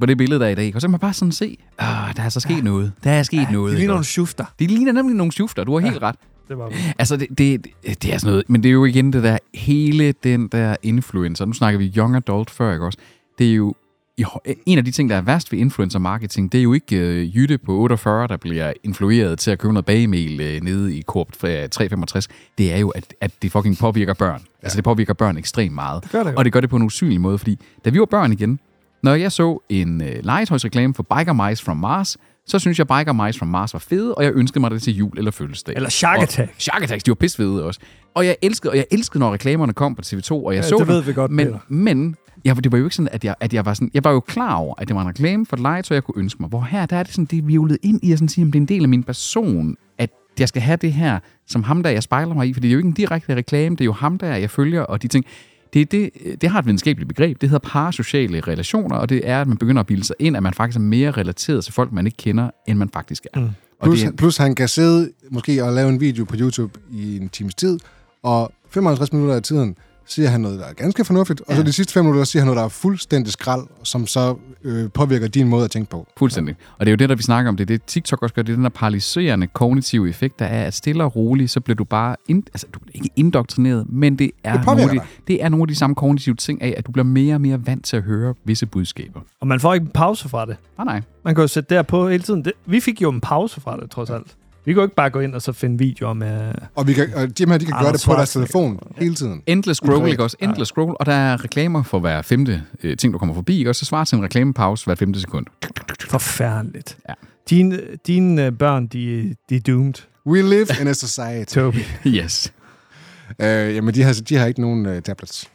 Speaker 2: på det billede, der er i dag, ikke? og så kan man bare sådan se, ah, der er så sket ja. noget. Der er sket ja, noget.
Speaker 5: Det er lige
Speaker 2: ikke?
Speaker 5: nogle shufter.
Speaker 2: det ligner nemlig nogle sjufter, du har helt ret.
Speaker 5: Det var
Speaker 2: Altså, det, det, det er sådan noget, men det er jo igen det der, hele den der influencer, nu snakker vi young adult før, ikke også? Det er jo, i hø- en af de ting, der er værst ved influencer marketing, det er jo ikke øh, Jytte på 48, der bliver influeret til at købe noget bagemel øh, nede i Coop 365. Det er jo, at, at det fucking påvirker børn. Ja. Altså, det påvirker børn ekstremt meget.
Speaker 5: gør det jo.
Speaker 2: Og det gør det på en usynlig måde, fordi da vi var børn igen, når jeg så en øh, legetøjsreklame for Biker Mice from Mars, så synes jeg, Biker Mice from Mars var fede, og jeg ønskede mig det til jul eller fødselsdag.
Speaker 5: Eller Shark
Speaker 2: Og-
Speaker 5: Attack.
Speaker 2: Shark Attack, de var pissfede også. Og jeg elskede, og jeg elskede, når reklamerne kom på TV2, og jeg
Speaker 5: Ja,
Speaker 2: så
Speaker 5: det
Speaker 2: dem,
Speaker 5: ved vi godt,
Speaker 2: men,
Speaker 5: Peter.
Speaker 2: men ja, for det var jo ikke sådan, at jeg, at jeg var sådan, jeg var jo klar over, at det var en reklame for et legetøj, jeg kunne ønske mig. Hvor her, der er det sådan, det er violet ind i at sådan sige, at det er en del af min person, at jeg skal have det her, som ham der, jeg spejler mig i, for det er jo ikke en direkte reklame, det er jo ham der, jeg følger, og de ting. Det, er det, det har et videnskabeligt begreb, det hedder parasociale relationer, og det er, at man begynder at bilde sig ind, at man faktisk er mere relateret til folk, man ikke kender, end man faktisk er. Mm. Og
Speaker 4: Plus,
Speaker 2: det er
Speaker 4: det... plus han kan sidde måske og lave en video på YouTube i en times tid, og 55 minutter af tiden siger han noget, der er ganske fornuftigt, og så de sidste 5 minutter siger han noget, der er fuldstændig skrald, som så øh, påvirker din måde at tænke på.
Speaker 2: Fuldstændig. Og det er jo det, der vi snakker om. Det er det, TikTok også gør. Det er den der paralyserende kognitive effekt, der er, at stille og roligt, så bliver du bare... Ind, altså, du bliver ikke indoktrineret, men det er,
Speaker 4: Det
Speaker 2: det,
Speaker 4: påvirker
Speaker 2: nogle af de,
Speaker 4: dig.
Speaker 2: det er nogle af de samme kognitive ting af, at du bliver mere og mere vant til at høre visse budskaber.
Speaker 5: Og man får ikke en pause fra det.
Speaker 2: Ah, nej.
Speaker 5: Man kan jo sætte der på hele tiden. Det, vi fik jo en pause fra det, trods alt. Vi kan jo ikke bare gå ind og så finde videoer med...
Speaker 4: Og, vi kan, og de her, de kan gøre
Speaker 5: Anders
Speaker 4: det på deres
Speaker 5: Schwarzenegger.
Speaker 4: telefon hele tiden.
Speaker 2: Endless scroll,
Speaker 4: Privat.
Speaker 2: ikke også? Endless scroll. Og der er reklamer for hver femte øh, ting, du kommer forbi, ikke også? Så svarer til en reklamepause hver femte sekund.
Speaker 5: Forfærdeligt.
Speaker 2: Ja.
Speaker 5: Dine, dine øh, børn, de, de er doomed,
Speaker 4: We live in a society.
Speaker 5: Toby.
Speaker 2: Yes.
Speaker 4: øh, jamen, de har, de har ikke nogen øh, tablets.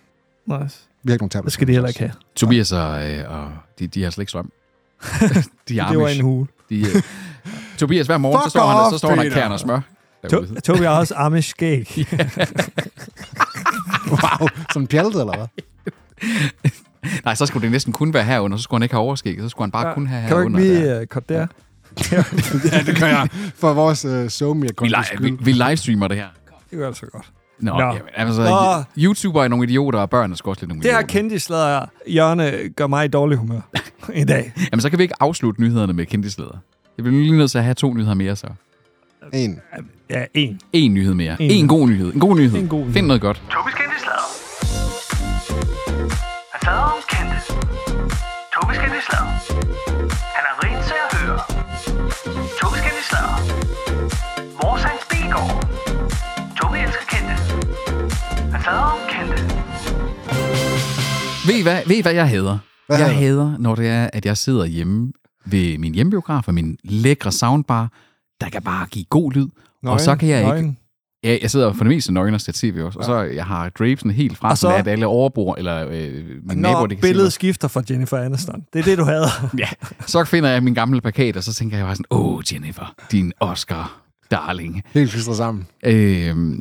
Speaker 5: Nice.
Speaker 4: Vi har ikke nogen
Speaker 5: Det
Speaker 4: tablets.
Speaker 5: skal de heller ikke have.
Speaker 2: Tobias og, øh, og de, de har slet ikke strøm. de er
Speaker 5: Det var en
Speaker 2: Amish.
Speaker 5: hule.
Speaker 2: De, øh, Tobias, hver morgen, så
Speaker 4: Fuck
Speaker 2: står han,
Speaker 4: off,
Speaker 2: så står han og
Speaker 4: Peter.
Speaker 2: kerner smør. derude.
Speaker 5: To- Toby har også Amish skæg.
Speaker 4: wow, som pjaltet, eller hvad?
Speaker 2: Nej, så skulle det næsten kun være herunder, så skulle han ikke have overskægget, så skulle han bare ja. kun have
Speaker 5: Kan du ikke
Speaker 2: herunder.
Speaker 5: lige uh, korte der?
Speaker 4: ja, det gør jeg. For vores øh, somi er
Speaker 2: vi,
Speaker 4: kun
Speaker 2: li- vi, vi livestreamer det her.
Speaker 5: Det gør altså godt.
Speaker 2: Nå,
Speaker 5: Nå.
Speaker 2: Nå. Jamen, altså,
Speaker 5: Nå.
Speaker 2: YouTuber er nogle idioter, og børn er sgu også lidt nogle
Speaker 5: Det her
Speaker 2: idioter.
Speaker 5: kendtislader hjørne gør mig i dårlig humør i dag.
Speaker 2: Jamen, så kan vi ikke afslutte nyhederne med kendtisleder. Jeg bliver lige nødt til at have to nyheder mere, så.
Speaker 4: En.
Speaker 5: Ja, en.
Speaker 2: En nyhed mere.
Speaker 5: En.
Speaker 2: En, god nyhed. En god nyhed.
Speaker 5: En god nyhed.
Speaker 2: Find noget godt.
Speaker 6: Tobis kendte slader. Han slader om kendte. Tobis kendte slader. Han er rigt til at høre. Tobis kendte slader. Vores hans Bilgaard. Tobi elsker kendte. Han slader om kendte.
Speaker 2: Ved I hvad, ved I, hvad jeg hader?
Speaker 4: Hvad
Speaker 2: jeg
Speaker 4: hader du?
Speaker 2: hader, når det er, at jeg sidder hjemme ved min hjemmebiograf og min lækre soundbar, der kan bare give god lyd. og så kan jeg ikke
Speaker 5: Nøgen.
Speaker 2: Ja, jeg sidder for det meste nøgen og ser tv også, og så jeg har drapesen helt frem,
Speaker 5: Og så-
Speaker 2: så at alle overbor, eller øh, min nabo,
Speaker 5: Når
Speaker 2: det kan se
Speaker 5: billedet
Speaker 2: mig.
Speaker 5: skifter fra Jennifer Aniston. Det er det, du havde.
Speaker 2: Ja, så finder jeg min gamle plakat, og så tænker jeg bare sådan, åh, Jennifer, din Oscar, darling.
Speaker 4: Helt klistret sammen.
Speaker 2: Øhm,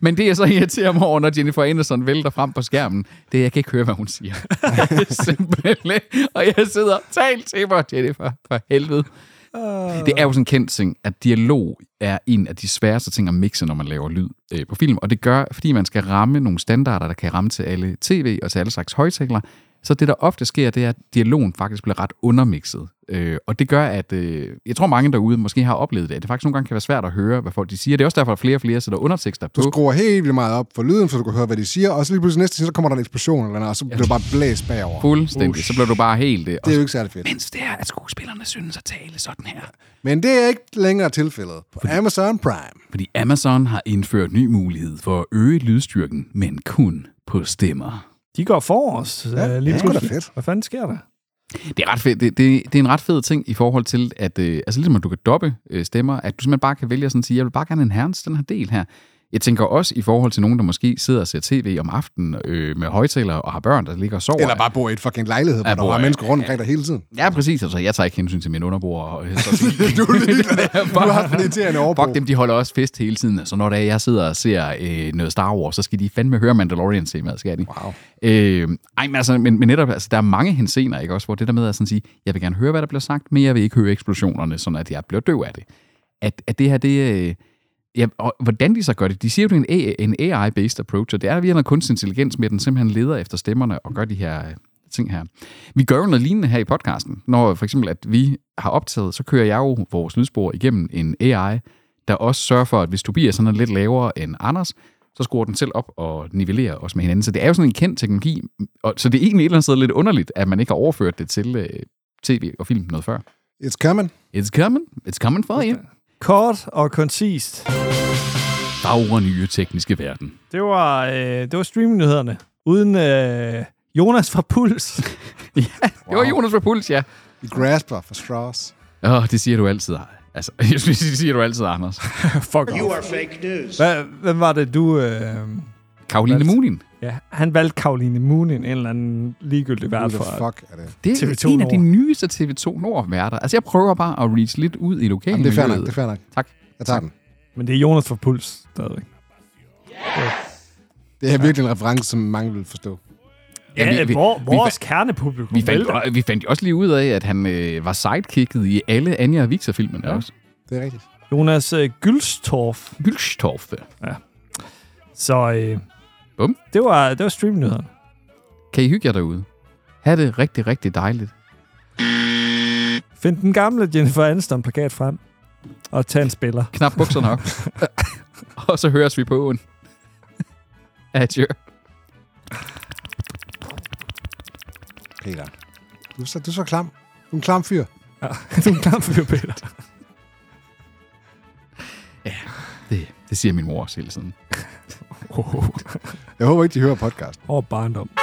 Speaker 2: men det, jeg så irriterer mig over, når Jennifer Anderson vælter frem på skærmen, det er, jeg kan ikke høre, hvad hun siger. Simpelthen. Og jeg sidder, tal til mig, Jennifer, for helvede. Det er jo sådan en kendt ting, at dialog er en af de sværeste ting at mixe, når man laver lyd øh, på film. Og det gør, fordi man skal ramme nogle standarder, der kan ramme til alle tv og til alle slags højtalere, Så det, der ofte sker, det er, at dialogen faktisk bliver ret undermixet. Øh, og det gør, at øh, jeg tror, mange derude måske har oplevet det, at det faktisk nogle gange kan være svært at høre, hvad folk de siger. Det er også derfor, at flere og flere sætter undertekster på.
Speaker 4: Du skruer helt vildt meget op for lyden, så du kan høre, hvad de siger, og så lige pludselig næste scene, så kommer der en eksplosion eller noget, og så bliver du bare blæst bagover.
Speaker 2: Fuldstændig. så bliver du bare helt... Øh,
Speaker 4: Det er jo ikke særlig fedt.
Speaker 2: mens det er, at skuespillerne synes at tale sådan her.
Speaker 4: Men det er ikke længere tilfældet på Amazon Prime.
Speaker 2: Fordi Amazon har indført ny mulighed for at øge lydstyrken, men kun på stemmer.
Speaker 1: De går for os.
Speaker 5: øh,
Speaker 1: Ja, lige
Speaker 4: det er sgu da
Speaker 1: pludselig.
Speaker 4: fedt.
Speaker 1: Hvad fanden sker der?
Speaker 2: Det er, ret fedt. Det, det, det er en ret fed ting i forhold til, at øh, altså ligesom at du kan doppe øh, stemmer, at du simpelthen bare kan vælge at sådan sige, jeg vil bare gerne en herrens den her del her. Jeg tænker også i forhold til nogen, der måske sidder og ser tv om aftenen øh, med højtalere og har børn, der ligger og sover.
Speaker 4: Eller bare bo i et fucking lejlighed, hvor
Speaker 2: Ja,
Speaker 4: der
Speaker 2: bor-
Speaker 4: var mennesker rundt omkring dig hele tiden.
Speaker 2: Ja, præcis. Altså, jeg tager ikke hensyn til mine underboer. Og, øh, så,
Speaker 4: Du er ligeglad. Du har haft en irriterende overbrug.
Speaker 2: Fuck dem, de holder også fest hele tiden. Så når det er, jeg sidder og ser øh, noget Star Wars, så skal de fandme høre Mandalorian temaet, skal de. Wow. Øh, ej, men, altså, men, men netop, altså, der er mange hensener, ikke også, hvor det der med at sådan sige, jeg vil gerne høre, hvad der bliver sagt, men jeg vil ikke høre eksplosionerne, sådan at jeg bliver døv af det. At, at det her, det øh, Ja, og hvordan de så gør det, de siger jo, det er en AI- en AI-based approach, og det er via noget kunstig intelligens med, at den simpelthen leder efter stemmerne og gør de her øh, ting her. Vi gør jo noget lignende her i podcasten. Når for eksempel, at vi har optaget, så kører jeg jo vores lydspor igennem en AI, der også sørger for, at hvis Tobias sådan er lidt lavere end Anders, så skruer den selv op og nivellerer os med hinanden. Så det er jo sådan en kendt teknologi, og, så det er egentlig et eller andet sted lidt underligt, at man ikke har overført det til øh, tv og film noget før.
Speaker 4: It's coming.
Speaker 2: It's coming. It's coming for you.
Speaker 1: Kort og koncist.
Speaker 2: Bagre nye tekniske verden.
Speaker 1: Det var, øh, det var streamingnyhederne. Uden øh, Jonas fra Puls.
Speaker 2: ja, det var Jonas fra Puls, ja.
Speaker 4: I grasper for straws.
Speaker 2: Åh, oh, det siger du altid, altså, jeg synes, det siger du altid, Anders.
Speaker 1: Fuck you are fake news. Hvad, hvem var det, du... Øh,
Speaker 2: Karoline Mulin.
Speaker 1: ja, han valgte Karoline Moon, en eller anden ligegyldig
Speaker 4: Who
Speaker 1: vært
Speaker 4: the
Speaker 1: for.
Speaker 4: fuck er det?
Speaker 2: Det er
Speaker 1: TV2
Speaker 2: en af de
Speaker 1: Nord.
Speaker 2: nyeste TV2 Nord-værter. Altså, jeg prøver bare at reach lidt ud i
Speaker 4: Jamen,
Speaker 2: lokalen.
Speaker 4: det er fair nok, det er fair nok.
Speaker 2: Tak.
Speaker 4: Jeg tager den.
Speaker 1: Men det er Jonas fra Puls stadigvæk.
Speaker 4: Det er virkelig en reference, som mange vil forstå.
Speaker 2: Ja,
Speaker 1: Ja,
Speaker 2: vi- vi-
Speaker 1: vor,
Speaker 2: vi-
Speaker 1: vores kernepublikum
Speaker 2: Vi fandt,
Speaker 1: vælter.
Speaker 2: og vi fandt jo også lige ud af, at han øh, var sidekicket i alle Anja og Victor-filmene ja. også.
Speaker 4: Det er rigtigt.
Speaker 1: Jonas øh, Gylstorff.
Speaker 2: Gylstorff.
Speaker 1: Så øh,
Speaker 2: Bum.
Speaker 1: det var, det var streamingnyhederne.
Speaker 2: Kan I hygge jer derude? Ha' det rigtig, rigtig dejligt.
Speaker 1: Find den gamle Jennifer Aniston-plakat frem, og tag en spiller.
Speaker 2: Knap bukserne op. og så høres vi på åen. Adjø.
Speaker 4: Peter. Du er så, du er så klam. Du er en klam fyr.
Speaker 1: du er en klam fyr, Peter.
Speaker 2: Det, det siger min mor også hele tiden.
Speaker 1: Åh, oh,
Speaker 4: Jeg håber ikke, de hører podcast.
Speaker 1: oh, barndom.